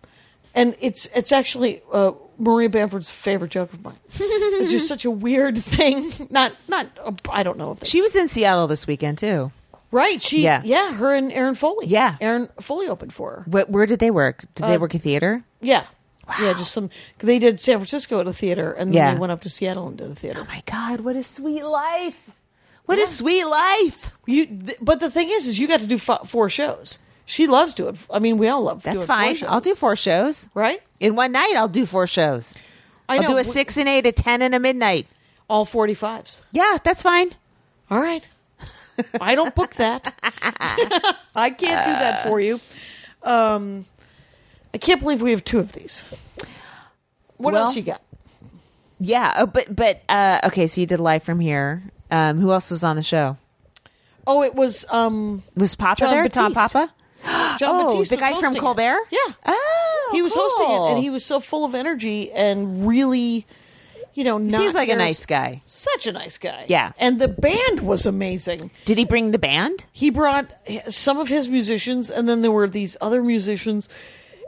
Speaker 3: and it's it's actually uh maria bamford's favorite joke of mine it's just such a weird thing not not i don't know if they
Speaker 2: She was in Seattle this weekend too.
Speaker 3: right she
Speaker 2: Yeah.
Speaker 3: yeah. her and aaron foley
Speaker 2: Yeah.
Speaker 3: aaron foley opened for her
Speaker 2: Wh- where did they work? Did
Speaker 3: Uh,
Speaker 2: they work at theater?
Speaker 3: Yeah. Yeah, just some. They did San Francisco at a theater, and then
Speaker 2: Yeah.
Speaker 3: they went up to Seattle and did a theater.
Speaker 2: Oh my God, what a sweet life. What a sweet life.
Speaker 3: You, th- but the thing is, is you got to do f- four shows. She loves doing. I mean, we all love.
Speaker 2: That's
Speaker 3: doing
Speaker 2: fine.
Speaker 3: Four shows,
Speaker 2: I'll do four shows.
Speaker 3: right.
Speaker 2: In one night, I'll do four shows.
Speaker 3: I
Speaker 2: I'll do a
Speaker 3: w-
Speaker 2: six and eight, a 10 and a midnight.
Speaker 3: all forty fives.
Speaker 2: Yeah, that's fine.
Speaker 3: All right. I don't book that. I can't do that for you. Um, I can't believe we have two of these. What
Speaker 2: Well-
Speaker 3: else you got?
Speaker 2: Yeah. Oh, but, but, uh, okay. So you did live from here. Um, who else was on the show?
Speaker 3: Oh, it was um,
Speaker 2: Was Papa
Speaker 3: John
Speaker 2: there? Tom
Speaker 3: Batiste.
Speaker 2: Papa?
Speaker 3: John
Speaker 2: Oh,
Speaker 3: Batiste
Speaker 2: the guy
Speaker 3: was
Speaker 2: from
Speaker 3: hosting it.
Speaker 2: Colbert?
Speaker 3: Yeah.
Speaker 2: Oh,
Speaker 3: he was hosting it
Speaker 2: cool.
Speaker 3: and he was so full of energy and really you know not
Speaker 2: seems like a
Speaker 3: there's-
Speaker 2: nice guy.
Speaker 3: such a nice guy
Speaker 2: Yeah.
Speaker 3: and the band was amazing
Speaker 2: Did he bring the band?
Speaker 3: he brought some of his musicians and then there were these other musicians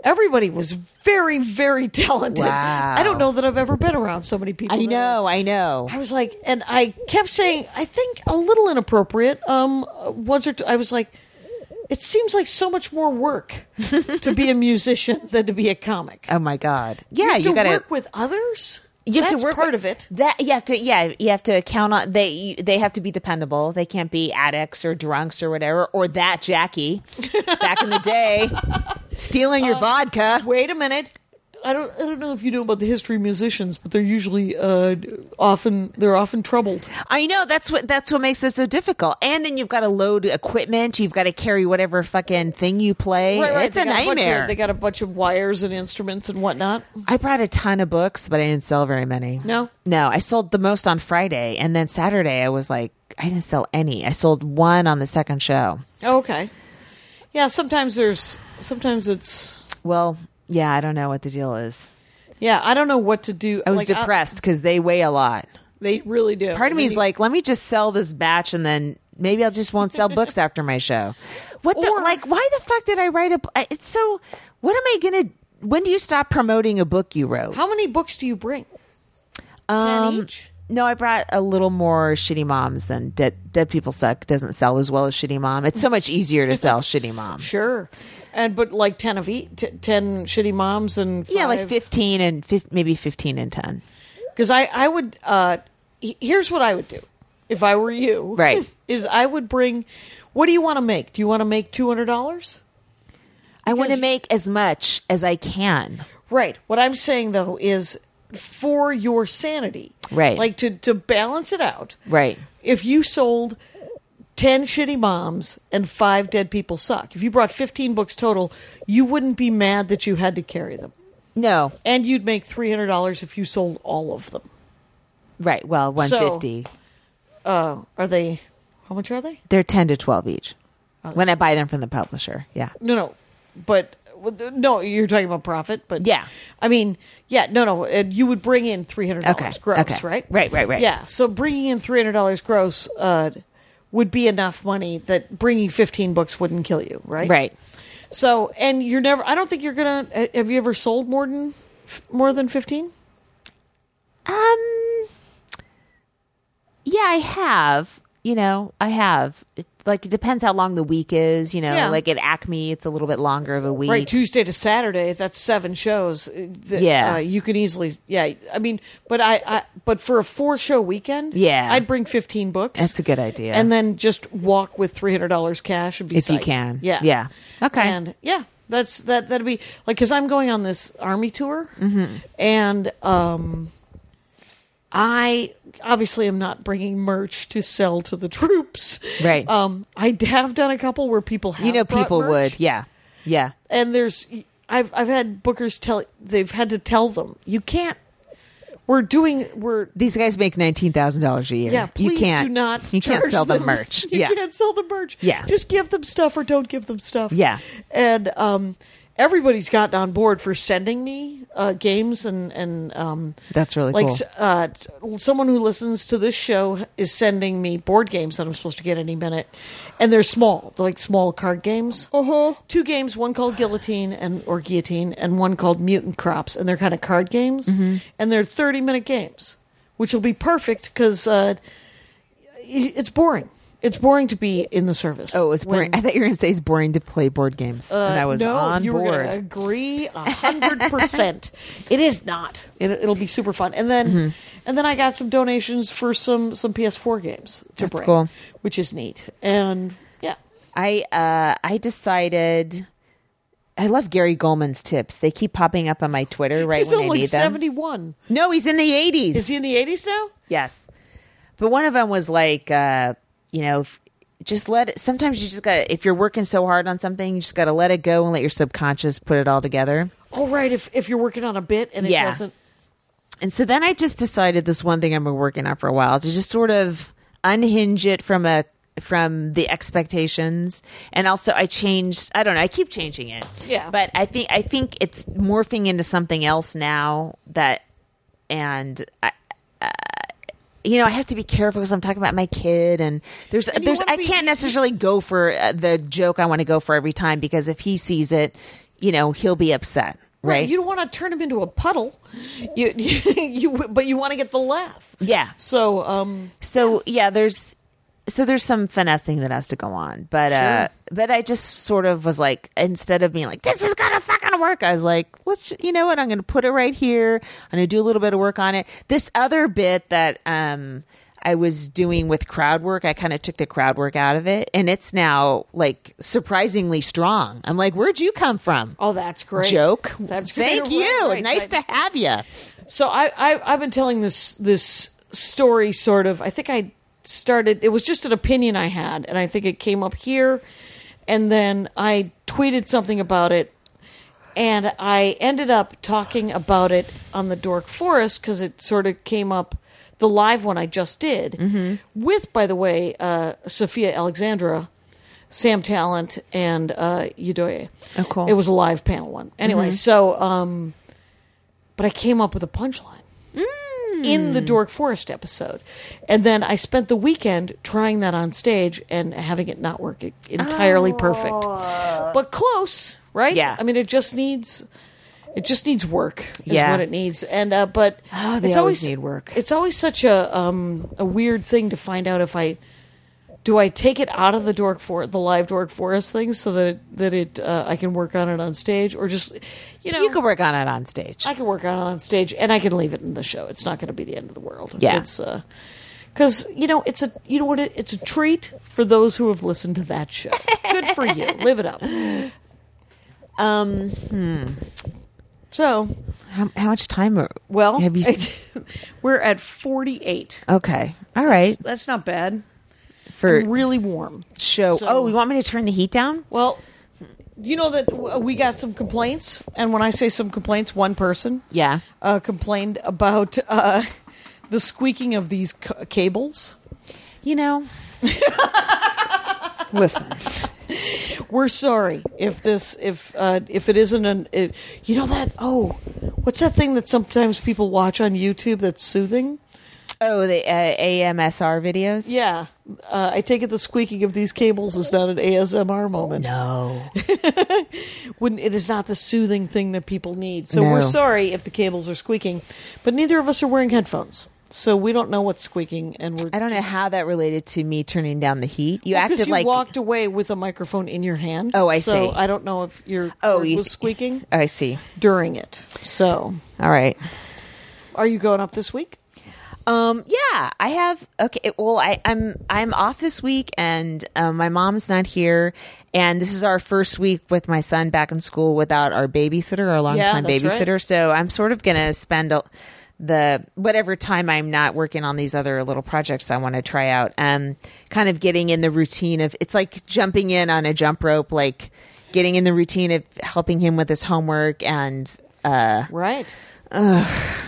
Speaker 3: everybody was very very talented
Speaker 2: Wow.
Speaker 3: i don't know that i've ever been around so many people
Speaker 2: I
Speaker 3: that are-
Speaker 2: know. I know.
Speaker 3: I was like, and I kept saying, I think a little inappropriate. Um, uh, once or two, I was like, it seems like so much more work to be a musician than to be a comic.
Speaker 2: Oh my God. Yeah.
Speaker 3: have to
Speaker 2: You got to
Speaker 3: work with others.
Speaker 2: you have
Speaker 3: That's
Speaker 2: to work
Speaker 3: part
Speaker 2: with-
Speaker 3: of it.
Speaker 2: That you have to, yeah, you have to count on they. You, they have to be dependable. They can't be addicts or drunks or whatever. Or that Jackie back in the day, stealing your vodka.
Speaker 3: Oh. Wait a minute. I don't. I don't know if you know about the history of musicians, but they're usually uh, often they're often troubled.
Speaker 2: I know that's what that's what makes it so difficult. And then you've got to load equipment. You've got to carry whatever fucking thing you play. It's
Speaker 3: They
Speaker 2: a
Speaker 3: got bunch of-
Speaker 2: nightmare.
Speaker 3: they got a bunch of wires and instruments and whatnot.
Speaker 2: I brought a ton of books, but I didn't sell very many.
Speaker 3: No?
Speaker 2: No, I sold the most on Friday. And then Saturday, I was like, I didn't sell any. I sold one on the second show.
Speaker 3: Oh, okay. Yeah. Sometimes there's. Sometimes it's.
Speaker 2: Well, yeah, I don't know what the deal is.
Speaker 3: Yeah, I don't know what to do.
Speaker 2: I was
Speaker 3: Like, uh,
Speaker 2: depressed because they weigh a lot.
Speaker 3: They really do.
Speaker 2: Part of me
Speaker 3: They
Speaker 2: is
Speaker 3: need-
Speaker 2: like, let me just sell this batch and then maybe I'll just won't sell books after my show. What the,
Speaker 3: Or-
Speaker 2: like, why the fuck did I write a, bu- it's so, what am I going to, when do you stop promoting a book you wrote?
Speaker 3: how many books do you bring? Ten each.
Speaker 2: No, I brought a little more Shitty Moms than Dead, Dead People Suck doesn't sell as well as Shitty Mom. It's so much easier to sell Shitty Mom.
Speaker 3: Sure, and but like ten of each, t- ten shitty moms and
Speaker 2: Yeah, like 15 and fif- maybe 15 and 10.
Speaker 3: Because I I would uh, he- here's what I would do if I were you.
Speaker 2: Right.
Speaker 3: is I would bring. What do you want to make? Do you want to make two hundred dollars?
Speaker 2: I want to
Speaker 3: Because-
Speaker 2: make as much as I can.
Speaker 3: Right. What I'm saying though is for your sanity.
Speaker 2: Right.
Speaker 3: Like to to balance it out.
Speaker 2: Right.
Speaker 3: If you sold 10 shitty moms and 5 dead people suck. If you brought 15 books total, you wouldn't be mad that you had to carry them.
Speaker 2: No.
Speaker 3: And you'd make $300 if you sold all of them.
Speaker 2: Right. Well, 150.
Speaker 3: Uh, are they How much are they?
Speaker 2: They're 10 to 12 each.
Speaker 3: Oh,
Speaker 2: when I buy them from the publisher. Yeah.
Speaker 3: No, no. But no, you're talking about profit, but
Speaker 2: Yeah.
Speaker 3: I mean, yeah, no, no. And you would bring in three hundred dollars
Speaker 2: Okay,
Speaker 3: gross,
Speaker 2: okay.
Speaker 3: right?
Speaker 2: Right, right, right.
Speaker 3: Yeah. So bringing in three hundred dollars gross uh, would be enough money that bringing 15 books wouldn't kill you, right?
Speaker 2: Right.
Speaker 3: So, and you're never, I don't think you're going to, have you ever sold more than, more than 15?
Speaker 2: Um. Yeah, I have. You know, I have. It, like it depends how long the week is. You know,
Speaker 3: Yeah.
Speaker 2: like at Acme, it's a little bit longer of a week.
Speaker 3: Right, Tuesday to Saturday, that's seven shows. uh, that,
Speaker 2: Yeah.
Speaker 3: uh, you can easily, yeah. I mean, but I, I, but for a four show weekend,
Speaker 2: Yeah.
Speaker 3: I'd bring fifteen books.
Speaker 2: That's a good idea.
Speaker 3: and then just walk with three hundred dollars cash and be
Speaker 2: If you
Speaker 3: psyched.
Speaker 2: can.
Speaker 3: yeah,
Speaker 2: Yeah. Okay.
Speaker 3: and yeah, that's that. That'd be like because I'm going on this army tour,
Speaker 2: Mm-hmm.
Speaker 3: and um, I obviously am not bringing merch to sell to the troops.
Speaker 2: Right.
Speaker 3: Um, I have done a couple where people have
Speaker 2: you know,
Speaker 3: brought
Speaker 2: people
Speaker 3: merch
Speaker 2: would. Yeah. Yeah.
Speaker 3: and there's I've I've had bookers tell they've had to tell them you can't. We're doing we're
Speaker 2: These guys make nineteen thousand dollars a year.
Speaker 3: yeah. Please
Speaker 2: you can't.
Speaker 3: do not.
Speaker 2: You can't
Speaker 3: charge
Speaker 2: sell them, merch.
Speaker 3: you
Speaker 2: yeah.
Speaker 3: can't sell them merch.
Speaker 2: Yeah.
Speaker 3: just give them stuff or don't give them stuff.
Speaker 2: Yeah.
Speaker 3: and um, everybody's gotten on board for sending me uh, games and and um,
Speaker 2: That's really
Speaker 3: like
Speaker 2: cool.
Speaker 3: uh, t- someone who listens to this show is sending me board games that I'm supposed to get any minute, and they're small, they're like small card games. Uh-huh. Two games, one called Guillotine and or Guillotine, and one called Mutant Crops, and they're kind of card games,
Speaker 2: Mm-hmm.
Speaker 3: and they're 30 minute games, which will be perfect because uh, i- it's boring. It's boring to be in the service.
Speaker 2: Oh, it's boring. I thought you were going to say it's boring to play board games, and I was
Speaker 3: Uh, no,
Speaker 2: on
Speaker 3: you Were
Speaker 2: board.
Speaker 3: gonna agree a hundred percent. It is not. It, it'll be super fun. And then,
Speaker 2: Mm-hmm.
Speaker 3: and then I got some donations for some some PS4 games to
Speaker 2: That's
Speaker 3: bring,
Speaker 2: cool.
Speaker 3: which is neat. And yeah,
Speaker 2: I uh, I decided. I love Gary Goldman's tips. They keep popping up on my Twitter right
Speaker 3: he's
Speaker 2: when I
Speaker 3: only
Speaker 2: need them.
Speaker 3: seventy one.
Speaker 2: No, he's in the eighties.
Speaker 3: Is he in the eighties now?
Speaker 2: Yes. But one of them was like, uh, you know, if, just let it, sometimes you just got to, if you're working so hard on something, you just got to let it go and let your subconscious put it all together.
Speaker 3: Oh right. If if you're working on a bit and it
Speaker 2: Yeah.
Speaker 3: doesn't,
Speaker 2: And so then I just decided this one thing I've been working on for a while to just sort of unhinge it from a from the expectations and also I changed I don't know I keep changing it.
Speaker 3: Yeah.
Speaker 2: But I think I think it's morphing into something else now that and I uh, you know, I have to be careful because I'm talking about my kid, and there's,
Speaker 3: you
Speaker 2: there's,
Speaker 3: wanna
Speaker 2: I
Speaker 3: be-
Speaker 2: can't necessarily go for uh, the joke I want to go for every time because if he sees it, you know, he'll be upset, right?
Speaker 3: You don't want to turn him into a puddle. You you, but you want to get the laugh.
Speaker 2: yeah.
Speaker 3: So um,
Speaker 2: So yeah, there's so there's some finessing that has to go on, but uh,
Speaker 3: Sure.
Speaker 2: but I just sort of was like, instead of being like, this is gonna fucking work, I was like, let's, ju- you know what, I'm gonna put it right here. I'm gonna do a little bit of work on it. This other bit that um I was doing with crowd work, I kind of took the crowd work out of it, and it's now like surprisingly strong. I'm like, where'd you come from?
Speaker 3: oh, that's great.
Speaker 2: Joke.
Speaker 3: That's great.
Speaker 2: Thank
Speaker 3: You're right,
Speaker 2: you.
Speaker 3: right,
Speaker 2: nice
Speaker 3: right.
Speaker 2: to have you.
Speaker 3: So I, I I've been telling this this story sort of. I think I started. It was just an opinion I had, and I think it came up here, and then I tweeted something about it, and I ended up talking about it on the Dork Forest because it sort of came up. The live one I just did
Speaker 2: Mm-hmm.
Speaker 3: with, by the way, uh, Sophia Alexandra, Sam Talent, and uh, Yudoye.
Speaker 2: Oh, cool. Mm-hmm.
Speaker 3: It was a live panel one. Anyway, so um, but I came up with a punchline in
Speaker 2: Mm.
Speaker 3: the Dork Forest episode. And then I spent the weekend trying that on stage and having it not work e- entirely perfect. But close, right?
Speaker 2: Oh. Yeah.
Speaker 3: I mean it just needs it just needs work is
Speaker 2: Yeah.
Speaker 3: what it needs. And uh but
Speaker 2: Oh, they
Speaker 3: it's
Speaker 2: always need work.
Speaker 3: It's always such a um a weird thing to find out if I do I take it out of the dork for the live dork forest thing so that it, that it uh, I can work on it on stage or just you know
Speaker 2: You could work on it on stage.
Speaker 3: I can work on it on stage, and I can leave it in the show. It's not going to be the end of the world.
Speaker 2: Yeah.
Speaker 3: it's because you know it's a you know what it, it's a treat for those who have listened to that show. Good for you, live it up. hmm.
Speaker 2: um.
Speaker 3: So
Speaker 2: How, how much time? Are,
Speaker 3: well,
Speaker 2: have you? s-
Speaker 3: we're at forty eight.
Speaker 2: okay, all right.
Speaker 3: That's not bad.
Speaker 2: For
Speaker 3: Really warm.
Speaker 2: show.
Speaker 3: so-
Speaker 2: oh, you want me to turn the heat down?
Speaker 3: Well, you know that w- we got some complaints, and when I say some complaints, one person
Speaker 2: Yeah.
Speaker 3: uh, complained about uh, the squeaking of these c- cables.
Speaker 2: You know. Listen.
Speaker 3: we're sorry if this if uh, if it isn't an it, you know that oh what's that thing that sometimes people watch on YouTube that's soothing
Speaker 2: Oh, the uh, AMSR videos.
Speaker 3: Yeah, uh, I take it the squeaking of these cables is not an ASMR moment.
Speaker 2: No.
Speaker 3: When it is not the soothing thing that people need. So
Speaker 2: No.
Speaker 3: we're sorry if the cables are squeaking, but neither of us are wearing headphones, so we don't know what's squeaking. And we're
Speaker 2: I don't know how that related to me turning down the heat. You
Speaker 3: because
Speaker 2: acted
Speaker 3: you
Speaker 2: like
Speaker 3: walked away with a microphone in your hand.
Speaker 2: Oh, I
Speaker 3: so
Speaker 2: see.
Speaker 3: I don't know if your
Speaker 2: Oh,
Speaker 3: oh
Speaker 2: you-
Speaker 3: was squeaking
Speaker 2: Oh, I see.
Speaker 3: during it. So
Speaker 2: All right.
Speaker 3: are you going up this week?
Speaker 2: Um, yeah, I have. Okay, well, I, I'm I'm off this week, and um, my mom's not here, and this is our first week with my son back in school without our babysitter, our longtime
Speaker 3: that's right.
Speaker 2: babysitter. So I'm sort of gonna spend a, the whatever time I'm not working on these other little projects I want to try out, um, kind of getting in the routine of it's like jumping in on a jump rope, like getting in the routine of helping him with his homework and
Speaker 3: Right.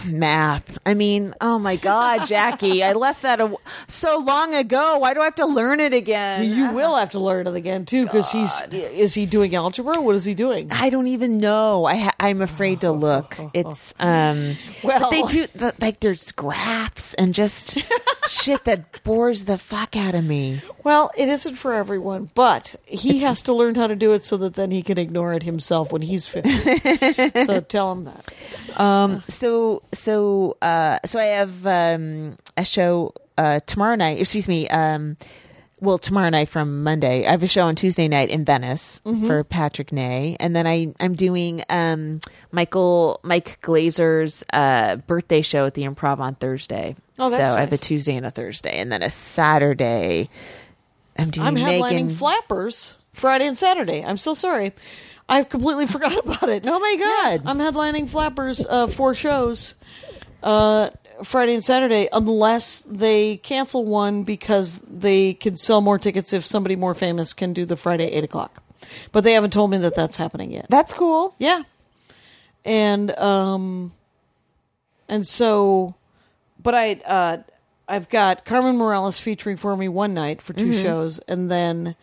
Speaker 2: math. I mean, oh my God, Jackie, I left that a, so long ago. Why do I have to learn it again? Uh,
Speaker 3: You will have to learn it again too, because he's is he doing algebra? What is he doing?
Speaker 2: I don't even know. I ha- I'm afraid to look. It's um. but
Speaker 3: Well-
Speaker 2: they do the, like there's graphs and just shit that bores the fuck out of me.
Speaker 3: Well, it isn't for everyone, but he has to learn how to do it so that then he can ignore it himself when he's fifty. so tell him that.
Speaker 2: So so uh so I have um a show uh tomorrow night. Excuse me. Um. Well, tomorrow night from Monday, I have a show on Tuesday night in Venice
Speaker 3: Mm-hmm.
Speaker 2: for Patrick Ney, and then I I'm doing um Michael Mike Glazer's uh birthday show at the Improv on Thursday.
Speaker 3: Oh, that's
Speaker 2: so I have a
Speaker 3: nice.
Speaker 2: Tuesday and a Thursday, and then a Saturday. I'm doing
Speaker 3: I'm
Speaker 2: Megan.
Speaker 3: headlining Flappers Friday and Saturday. I'm so sorry. I completely forgot about it.
Speaker 2: oh my god!
Speaker 3: I'm headlining Flappers uh, four shows uh, Friday and Saturday, unless they cancel one because they can sell more tickets if somebody more famous can do the Friday eight o'clock. But they haven't told me that that's happening yet.
Speaker 2: that's cool.
Speaker 3: Yeah, and um, and so, but I uh, I've got Carmen Morales featuring for me one night for 2
Speaker 2: Mm-hmm.
Speaker 3: shows, and then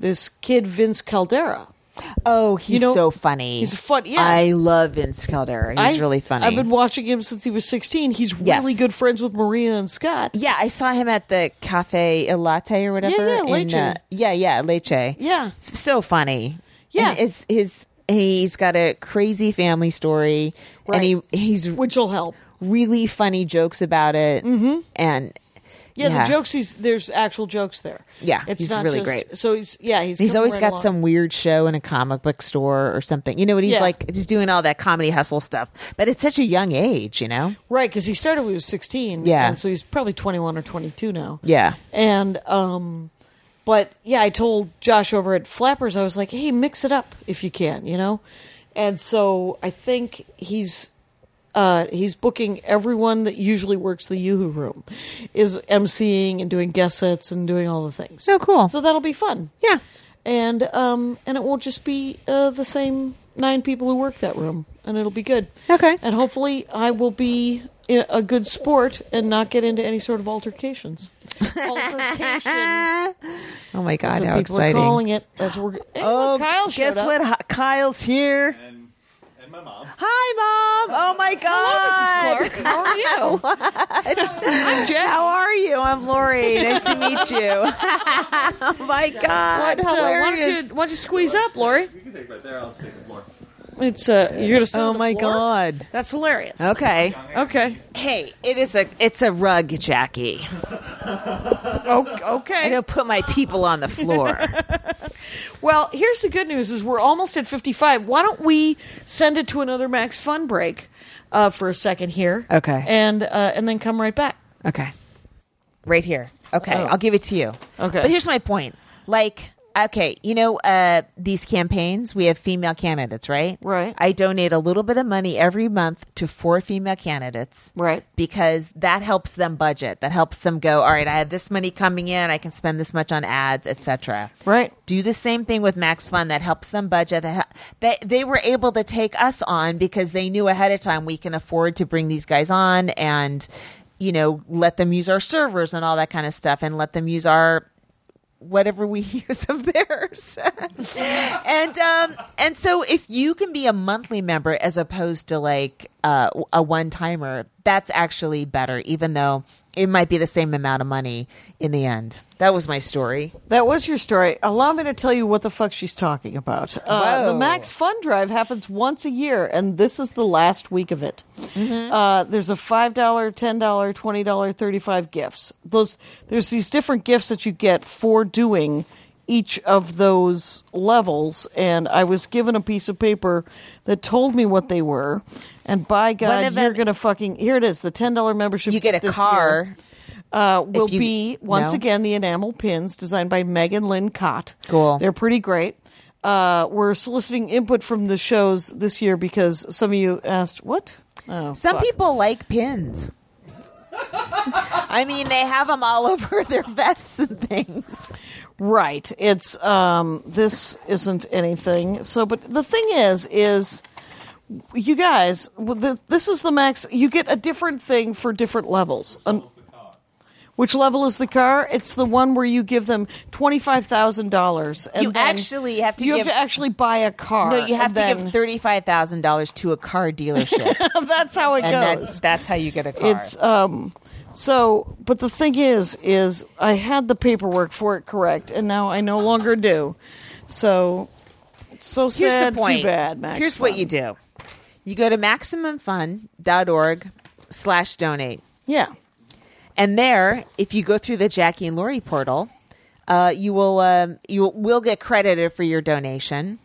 Speaker 3: this kid Vince Caldera.
Speaker 2: Oh, he's
Speaker 3: know,
Speaker 2: so funny.
Speaker 3: he's fun- yeah.
Speaker 2: I love Vince Caldera. He's
Speaker 3: I-
Speaker 2: really funny.
Speaker 3: I've been watching him since he was 16. He's really
Speaker 2: Yes.
Speaker 3: good friends with Maria and Scott.
Speaker 2: Yeah, I saw him at the cafe Il latte or whatever.
Speaker 3: yeah,
Speaker 2: in, uh,
Speaker 3: Leche.
Speaker 2: yeah, yeah, leche.
Speaker 3: Yeah.
Speaker 2: so funny.
Speaker 3: Yeah.
Speaker 2: and his, his he's got a crazy family story, and he
Speaker 3: Right.
Speaker 2: he's
Speaker 3: Which will help.
Speaker 2: really funny jokes about it, mm-hmm. and
Speaker 3: Yeah, the jokes he's there's actual jokes there.
Speaker 2: Yeah, he's really great.
Speaker 3: So he's yeah, he's
Speaker 2: He's
Speaker 3: coming
Speaker 2: always
Speaker 3: right
Speaker 2: got
Speaker 3: along.
Speaker 2: some weird show in a comic book store or something. You know what he's
Speaker 3: Yeah.
Speaker 2: like, just doing all that comedy hustle stuff. But at such a young age, you know.
Speaker 3: right because he started when he was 16.
Speaker 2: Yeah.
Speaker 3: and so he's probably 21 or 22 now.
Speaker 2: Yeah.
Speaker 3: and um, but yeah, I told Josh over at Flappers, I was like, hey, mix it up if you can, you know. And so I think he's uh, he's booking everyone that usually works the Yoo-Hoo room, is emceeing and doing guest sets and doing all the things.
Speaker 2: Oh, cool.
Speaker 3: So that'll be fun.
Speaker 2: Yeah.
Speaker 3: and um, and it won't just be uh, the same nine people who work that room, and it'll be good.
Speaker 2: Okay.
Speaker 3: And hopefully, I will be i- a good sport and not get into any sort of altercations. Altercation.
Speaker 2: Oh my god,
Speaker 3: Some
Speaker 2: how
Speaker 3: people
Speaker 2: exciting!
Speaker 3: are calling it. That's what we're. Hey,
Speaker 2: Oh,
Speaker 3: look, Kyle showed
Speaker 2: guess
Speaker 3: up.
Speaker 2: what? Hi- Kyle's here.
Speaker 4: and and my mom.
Speaker 2: Hi, mom. Oh my god.
Speaker 3: Hello, Mrs. Clark. How are you? I'm Jack.
Speaker 2: How are you? I'm Lori. Nice to meet you. oh my god.
Speaker 3: What, uh, why, don't
Speaker 2: hilarious.
Speaker 3: you, why don't you squeeze up, Lori?
Speaker 4: You can take right there. I'll just take the floor.
Speaker 3: It's uh, you're gonna. sit
Speaker 2: Oh
Speaker 3: on the
Speaker 2: my
Speaker 3: floor?
Speaker 2: god.
Speaker 3: That's hilarious.
Speaker 2: Okay.
Speaker 3: Okay.
Speaker 2: Hey, it is a it's a rug, Jackie.
Speaker 3: O- Okay.
Speaker 2: I'm gonna put my people on the floor.
Speaker 3: Well, here's the good news: is we're almost at 55. Why don't we send it to another Max Fun break uh, for a second here?
Speaker 2: Okay.
Speaker 3: and uh, and then come right back.
Speaker 2: Okay. Right here. Okay.
Speaker 3: Oh.
Speaker 2: I'll give it to you.
Speaker 3: Okay.
Speaker 2: But here's my point. Like, okay, you know, uh, these campaigns, we have female candidates, right?
Speaker 3: Right.
Speaker 2: I donate a little bit of money every month to four female candidates.
Speaker 3: Right.
Speaker 2: Because that helps them budget. That helps them go, all right, I have this money coming in, I can spend this much on ads, etc.
Speaker 3: Right.
Speaker 2: Do the same thing with Max Fund that helps them budget that hel- that they were able to take us on because they knew ahead of time we can afford to bring these guys on and you know let them use our servers and all that kind of stuff and let them use our whatever we use of theirs. and um and so if you can be a monthly member as opposed to like uh, a one timer, that's actually better even though it might be the same amount of money in the end. That was my story.
Speaker 3: That was your story. Allow me to tell you what the fuck she's talking about. Uh, the
Speaker 2: Whoa.
Speaker 3: Max Fun Drive happens once a year, and this is the last week of it.
Speaker 2: Mm-hmm.
Speaker 3: Uh, there's a five dollar, ten dollar, twenty dollar, thirty five gifts. Those there's these different gifts that you get for doing each of those levels, and I was given a piece of paper that told me what they were. And by God,
Speaker 2: event-
Speaker 3: you're gonna fucking here it is the ten dollar membership.
Speaker 2: You get a
Speaker 3: this
Speaker 2: car.
Speaker 3: year uh, will
Speaker 2: you-
Speaker 3: be once
Speaker 2: no?
Speaker 3: again the enamel pins designed by Megan Lynn Cott.
Speaker 2: Cool.
Speaker 3: They're pretty great. Uh, we're soliciting input from the shows this year because some of you asked what. Oh,
Speaker 2: Some
Speaker 3: fuck.
Speaker 2: people like pins. I mean, they have them all over their vests and things.
Speaker 3: right? It's um, this isn't anything. So, but the thing is, is you guys, well, the, this is the max. You get a different thing for different levels. An- which level is the car? It's the one where you give them twenty five thousand dollars.
Speaker 2: You actually have to
Speaker 3: You
Speaker 2: give-
Speaker 3: have to actually buy a car.
Speaker 2: No, you have
Speaker 3: and
Speaker 2: to
Speaker 3: then-
Speaker 2: give thirty-five thousand dollars to a car dealership,
Speaker 3: that's how it
Speaker 2: and
Speaker 3: goes.
Speaker 2: that's that's how you get a car.
Speaker 3: It's um so but the thing is is I had the paperwork for it correct and now I no longer do. So it's so
Speaker 2: Here's
Speaker 3: sad,
Speaker 2: the point.
Speaker 3: too bad, Max.
Speaker 2: Here's what you do: you go to maximumfun.org/slash/donate.
Speaker 3: Yeah.
Speaker 2: And there, if you go through the Jackie and Lori portal, uh, you will um, you will get credited for your donation.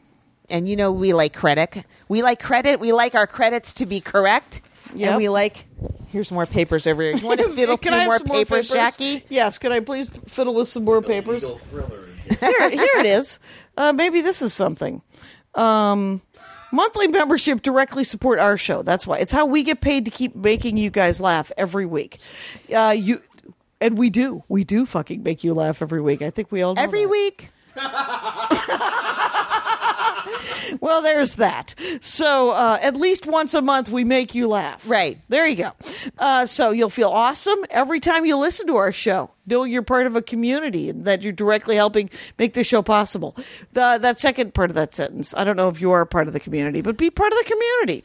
Speaker 2: And you know we like credit. We like credit. We like our credits to be correct.
Speaker 3: Yep.
Speaker 2: And we like. Here's more papers over here. You want to fiddle
Speaker 3: Can
Speaker 2: through
Speaker 3: I have
Speaker 2: more
Speaker 3: some
Speaker 2: papers, Jackie?
Speaker 3: Yes, could I please fiddle with some more papers?
Speaker 4: Little thriller in here.
Speaker 3: here, here it is. Uh, maybe this is something. Um, monthly membership directly support our show. That's why it's how we get paid to keep making you guys laugh every week. Uh, you and we do, we do fucking make you laugh every week. I think we all know
Speaker 2: Every
Speaker 3: that.
Speaker 2: week.
Speaker 3: Well, there's that. So uh, at least once a month, we make you laugh.
Speaker 2: Right.
Speaker 3: There you go. Uh, so you'll feel awesome every time you listen to our show, knowing you're part of a community and that you're directly helping make this show possible. The, that second part of that sentence, I don't know if you are part of the community, but be part of the community.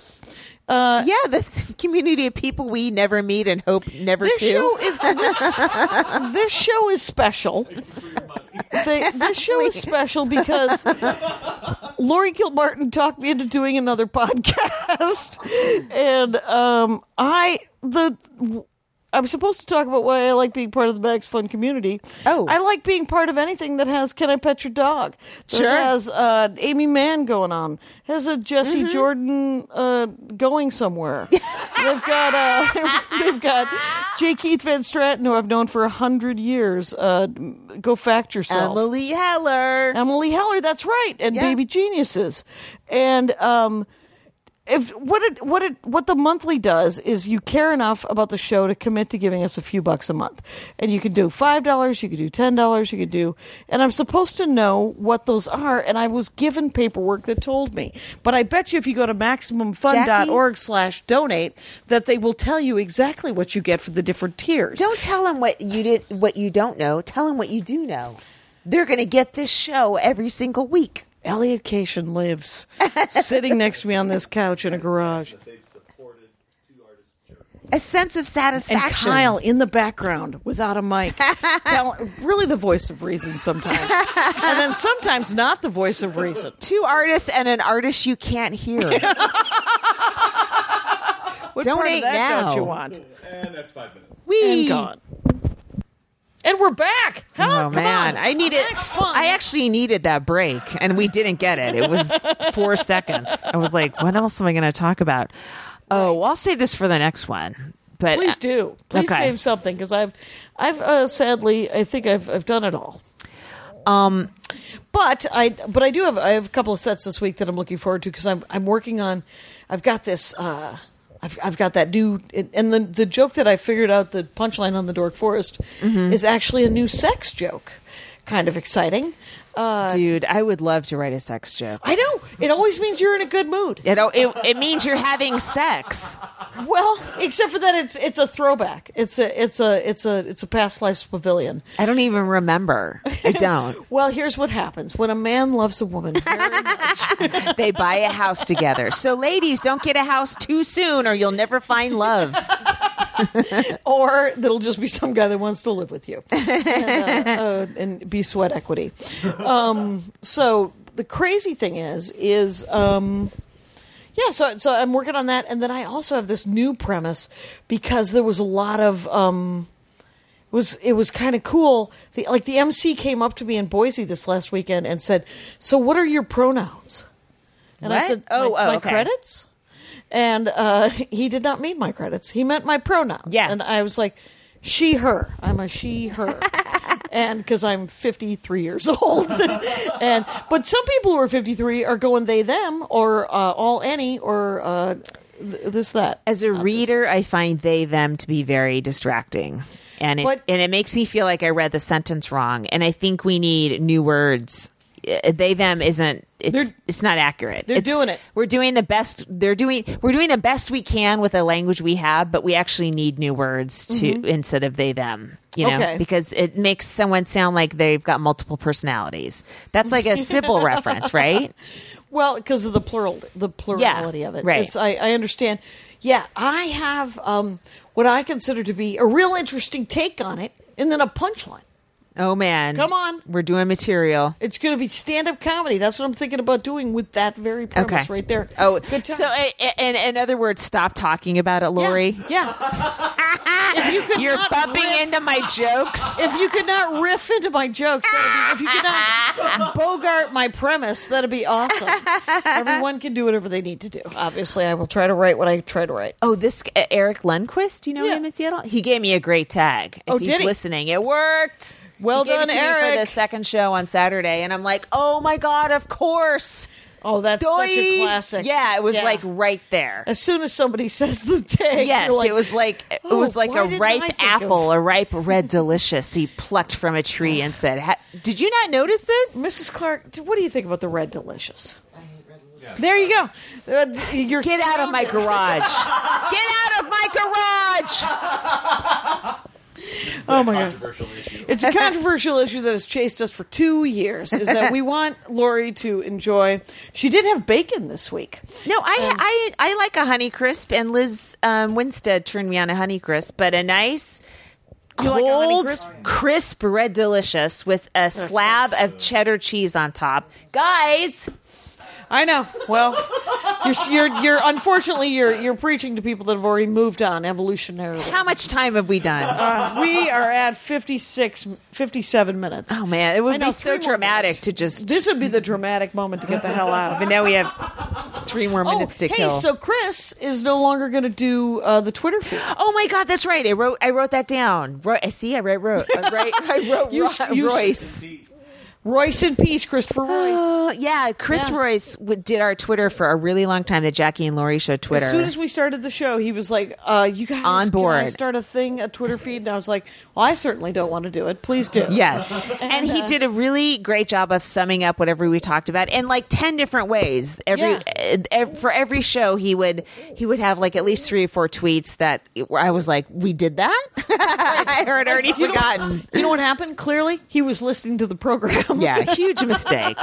Speaker 3: Uh,
Speaker 2: yeah, this community of people we never meet and hope never
Speaker 3: This
Speaker 2: to.
Speaker 3: show is this, this show is special. They- this show is special because Lori Gilmartin talked me into doing another podcast, and um, I the I'm supposed to talk about why I like being part of the Max Fun community.
Speaker 2: Oh.
Speaker 3: I like being part of anything that has "Can I Pet Your Dog?" that
Speaker 2: Sure.
Speaker 3: has uh, Amy Mann going on, has a Jesse Jordan uh, going somewhere. they've got uh, they've got J. Keith Van Straten, who I've known for a hundred years. Uh, go fact yourself.
Speaker 2: Emily Heller.
Speaker 3: Emily Heller, that's right, and
Speaker 2: Yeah.
Speaker 3: Baby Geniuses, and um, if what it what it what the monthly does is you care enough about the show to commit to giving us a few bucks a month, and you can do five dollars, you can do ten dollars, you can do, and I'm supposed to know what those are, and I was given paperwork that told me, but I bet you if you go to maximumfund.org/donate that they will tell you exactly what you get for the different tiers.
Speaker 2: Don't tell them what you did, what you don't know. Tell them what you do know. They're going to get this show every single week.
Speaker 3: Elliot Cation lives sitting next to me on this couch in a garage.
Speaker 4: They've supported two artists' journey.
Speaker 2: A sense of
Speaker 3: And
Speaker 2: satisfaction.
Speaker 3: Kyle in the background without a mic. Tell, really the voice of reason sometimes. and then sometimes not the voice of reason.
Speaker 2: two artists and an artist you can't hear.
Speaker 3: What part
Speaker 2: Donate
Speaker 3: of that
Speaker 2: now.
Speaker 3: don't you want?
Speaker 4: And that's five minutes.
Speaker 2: We
Speaker 3: And gone. And we're back. Help,
Speaker 2: Oh
Speaker 3: come
Speaker 2: man,
Speaker 3: on.
Speaker 2: I needed.
Speaker 3: Max fun.
Speaker 2: I actually needed that break, and we didn't get it. It was four seconds. I was like, "What else am I going to talk about?" Oh, well, I'll save this for the next one. But uh,
Speaker 3: Please do. Please
Speaker 2: Okay.
Speaker 3: save something because I've, I've uh, sadly, I think I've, I've done it all.
Speaker 2: Um,
Speaker 3: But I but I do have I have a couple of sets this week that I'm looking forward to because I'm I'm working on I've got this uh I've I've got that new and the the joke that I figured out the punchline on the Dork Forest
Speaker 2: Mm-hmm.
Speaker 3: is actually a new sex joke. Kind of exciting. Uh
Speaker 2: dude, I would love to write a sex joke.
Speaker 3: I know. It always means you're in a good mood.
Speaker 2: You know, it, it means you're having sex.
Speaker 3: Well, except for that it's it's a throwback. It's a it's a it's a it's a past life's pavilion.
Speaker 2: I don't even remember. I don't.
Speaker 3: Well, here's what happens when a man loves a woman very much.
Speaker 2: They buy a house together. So, ladies, don't get a house too soon, or you'll never find love.
Speaker 3: or there'll just be some guy that wants to live with you and, uh, uh, and be sweat equity. Um, so the crazy thing is, is um, yeah. So so I'm working on that, and then I also have this new premise because there was a lot of. Um, it was it was kind of cool. The, like the MC came up to me in Boise this last weekend and said, "So what are your pronouns?" And I
Speaker 2: What?
Speaker 3: said,
Speaker 2: Oh,
Speaker 3: "My-
Speaker 2: oh,
Speaker 3: my
Speaker 2: okay.
Speaker 3: credits." And uh, he did not mean my credits. He meant my pronouns.
Speaker 2: Yeah.
Speaker 3: And I was like, she, her. I'm a she, her. and because I'm 53 years old. and But some people who are 53 are going they, them, or uh, all, any, or uh, th- this, that.
Speaker 2: As a reader, I find they them to be very distracting. And it,
Speaker 3: But-
Speaker 2: and it makes me feel like I read the sentence wrong. And I think we need new words. Uh, They them isn't it's
Speaker 3: They're-
Speaker 2: it's not accurate.
Speaker 3: they're
Speaker 2: It's-
Speaker 3: doing it.
Speaker 2: We're doing the best they're doing we're doing the best we can with the language we have, but we actually need new words to instead of they them. You know,
Speaker 3: Mm-hmm. Okay.
Speaker 2: because it makes someone sound like they've got multiple personalities. That's like a Sybil reference, right?
Speaker 3: Well, because of the plural, the plurality of it.
Speaker 2: right.
Speaker 3: It's- I, I understand. Yeah, I have um, what I consider to be a real interesting take on it, and then a punchline.
Speaker 2: Oh man,
Speaker 3: Come on.
Speaker 2: we're doing material.
Speaker 3: It's going to be stand-up comedy. That's what I'm thinking about doing with that very premise right there.
Speaker 2: Oh,
Speaker 3: good time.
Speaker 2: so i- i- in, in other words, stop talking about it, Lori.
Speaker 3: Yeah. yeah. if you could
Speaker 2: You're
Speaker 3: not
Speaker 2: bumping
Speaker 3: riff-
Speaker 2: into my jokes.
Speaker 3: If you could not riff into my jokes, that'd be, if you could not bogart my premise, that'd be awesome. Everyone can do whatever they need to do. Obviously, I will try to write what I try to write.
Speaker 2: Oh, this uh, Eric Lundquist, do you know
Speaker 3: Yeah.
Speaker 2: him in Seattle? He gave me a great tag. If
Speaker 3: Oh,
Speaker 2: he's
Speaker 3: did he?
Speaker 2: listening, it worked.
Speaker 3: Well
Speaker 2: He gave it
Speaker 3: done,
Speaker 2: to me
Speaker 3: Eric.
Speaker 2: for the second show on Saturday, and I'm like, oh my god, of course.
Speaker 3: Oh, that's such a
Speaker 2: Doi.
Speaker 3: classic.
Speaker 2: Yeah, it was like right there.
Speaker 3: as soon as somebody says the tag.
Speaker 2: Yes,
Speaker 3: you're like,
Speaker 2: it was like it
Speaker 3: "Oh,
Speaker 2: was like
Speaker 3: why
Speaker 2: a
Speaker 3: didn't I
Speaker 2: ripe
Speaker 3: think of-"
Speaker 2: apple, a ripe red delicious. He plucked from a tree and said, "Ha- "Did you not notice this?"
Speaker 3: Mrs. Clark, d- what do you think about the red delicious? There you go. Uh, d- you're
Speaker 2: Get out of my
Speaker 3: surrounded-
Speaker 2: garage. Get out of my garage.
Speaker 3: Oh my god.
Speaker 4: Controversial issue.
Speaker 3: It's a controversial issue that has chased us for two years. Is that we want Lori to enjoy? She did have bacon this week.
Speaker 2: No, I I I like a honey crisp and Liz um, Winstead turned me on a honey crisp, but a nice
Speaker 3: like a Honey
Speaker 2: cold
Speaker 3: Crisp?
Speaker 2: crisp red delicious with a slab of cheddar cheese on top. Guys,
Speaker 3: I know. Well, you're you're, you're unfortunately you're you're preaching to people that have already moved on evolutionarily.
Speaker 2: how much time have we done?
Speaker 3: Uh, we are at 56, 57 minutes.
Speaker 2: Oh man, it
Speaker 3: I
Speaker 2: would
Speaker 3: know,
Speaker 2: be so
Speaker 3: three more minutes.
Speaker 2: dramatic to just
Speaker 3: This would be the dramatic moment to get the hell out.
Speaker 2: But now we have three more minutes to
Speaker 3: Oh, hey,
Speaker 2: kill.
Speaker 3: so Chris is no longer going to do uh, the Twitter feed.
Speaker 2: oh my God, that's right. I wrote. I wrote that down. Ro- I see. I wrote. wrote I wrote. I wrote.
Speaker 3: You-
Speaker 2: Ro-
Speaker 3: you-
Speaker 2: Royce.
Speaker 3: Royce in peace, Christopher Royce.
Speaker 2: Oh, yeah, Chris
Speaker 3: Yeah.
Speaker 2: Royce w- did our Twitter for a really long time. The Jackie and Laurie Show Twitter.
Speaker 3: As soon as we started the show, he was like, uh, "You guys
Speaker 2: On
Speaker 3: Can I
Speaker 2: board.
Speaker 3: start a thing, a Twitter feed." And I was like, "Well, I certainly don't want to do it. Please do."
Speaker 2: Yes. And, he
Speaker 3: uh,
Speaker 2: did a really great job of summing up whatever we talked about in like 10 different ways. Every
Speaker 3: Yeah.
Speaker 2: eh, ev- for every show he would he would have like at least 3 or 4 tweets that I was like, "We did that?" I had already forgotten.
Speaker 3: You know what happened? Clearly, he was listening to the program.
Speaker 2: yeah, huge mistake.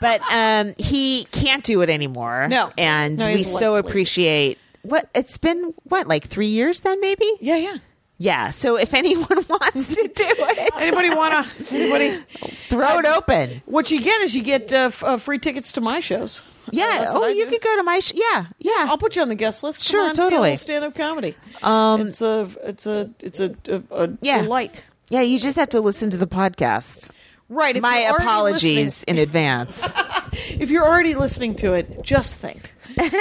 Speaker 2: But um, he can't do it anymore.
Speaker 3: No.
Speaker 2: and
Speaker 3: No,
Speaker 2: we
Speaker 3: he's
Speaker 2: so
Speaker 3: left-leaning.
Speaker 2: appreciate what it's been. What like three years then maybe?
Speaker 3: yeah, yeah.
Speaker 2: Yeah. So if anyone wants to do it,
Speaker 3: Anybody want to? Anybody?
Speaker 2: throw it open.
Speaker 3: What you get is you get uh, f- uh, free tickets to my shows. Uh,
Speaker 2: Yeah.
Speaker 3: that's what
Speaker 2: oh,
Speaker 3: I
Speaker 2: you
Speaker 3: do.
Speaker 2: could go to my. Sh- yeah. Yeah.
Speaker 3: I'll put you on the guest list. Come
Speaker 2: Sure,
Speaker 3: on,
Speaker 2: totally.
Speaker 3: Stand up comedy. Um, it's a, it's a, it's a, a, a
Speaker 2: Yeah.
Speaker 3: delight.
Speaker 2: yeah. You just have to listen to the podcast.
Speaker 3: Right. if
Speaker 2: My
Speaker 3: you're already
Speaker 2: apologies in advance.
Speaker 3: listening- if you're already listening to it, just think. and,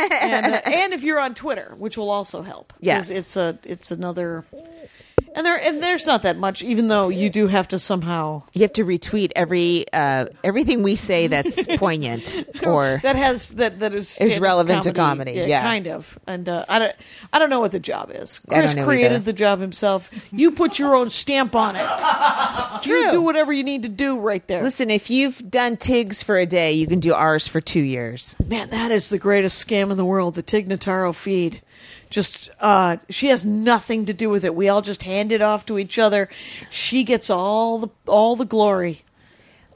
Speaker 3: uh, and if you're on Twitter, which will also help. 'cause
Speaker 2: Yes.
Speaker 3: It's a, it's another. And there, and there's not that much, even though you do have to somehow
Speaker 2: you have to retweet every uh, everything we say that's poignant or
Speaker 3: that has that that is stand-up
Speaker 2: relevant to comedy, yeah.
Speaker 3: kind of. And uh, I don't, I don't know what the job is.
Speaker 2: I don't
Speaker 3: Chris
Speaker 2: know
Speaker 3: created
Speaker 2: either.
Speaker 3: the job himself. You put your own stamp on it. You
Speaker 2: True.
Speaker 3: do whatever you need to do right there.
Speaker 2: Listen, if you've done Tigs for a day, you can do ours for two years.
Speaker 3: Man, that is the greatest scam in the world, the Tignataro feed. Just uh she has nothing to do with it. We all just hand it off to each other. She gets all the all the glory.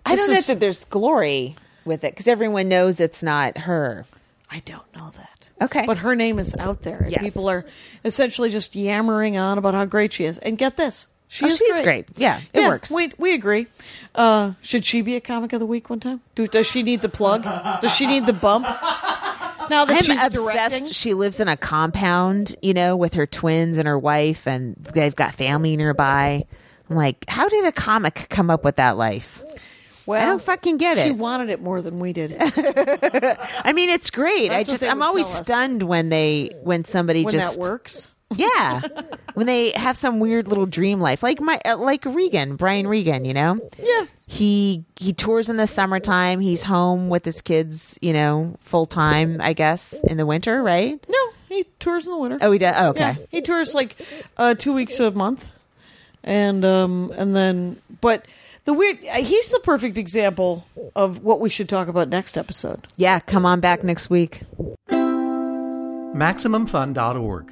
Speaker 2: I
Speaker 3: This
Speaker 2: don't know
Speaker 3: is-
Speaker 2: that there's glory with it because everyone knows it's not her.
Speaker 3: I don't know that.
Speaker 2: Okay.
Speaker 3: But her name is out there. And
Speaker 2: Yes.
Speaker 3: People are essentially just yammering on about how great she is. And get this. She
Speaker 2: Oh,
Speaker 3: is
Speaker 2: she's great.
Speaker 3: great.
Speaker 2: Yeah, it works.
Speaker 3: We, we agree. Uh, should she be a comic of the week one time? Do, does she need the plug? Does she need the bump? Now that
Speaker 2: I'm
Speaker 3: she's
Speaker 2: obsessed.
Speaker 3: directing?
Speaker 2: She lives in a compound, you know, with her twins and her wife, and they've got family nearby. I'm like, how did a comic come up with that life?
Speaker 3: well,
Speaker 2: I don't fucking get
Speaker 3: She
Speaker 2: it.
Speaker 3: wanted it more than we did.
Speaker 2: I mean, it's great.
Speaker 3: That's
Speaker 2: I
Speaker 3: what
Speaker 2: just,
Speaker 3: they
Speaker 2: I'm
Speaker 3: would
Speaker 2: always
Speaker 3: tell us.
Speaker 2: stunned when they, when somebody
Speaker 3: When
Speaker 2: just
Speaker 3: that works.
Speaker 2: Yeah, when they have some weird little dream life, like my uh, like Regan, Brian Regan, you know.
Speaker 3: Yeah.
Speaker 2: He he tours in the summertime. He's home with his kids, you know, full time. I guess in the winter, right?
Speaker 3: No, he tours in the winter.
Speaker 2: Oh, he does. Oh, okay.
Speaker 3: Yeah, he tours like uh, two weeks a month, and um, and then but the weird uh, he's the perfect example of what we should talk about next episode.
Speaker 2: yeah, come on back next week.
Speaker 5: MaximumFun.org.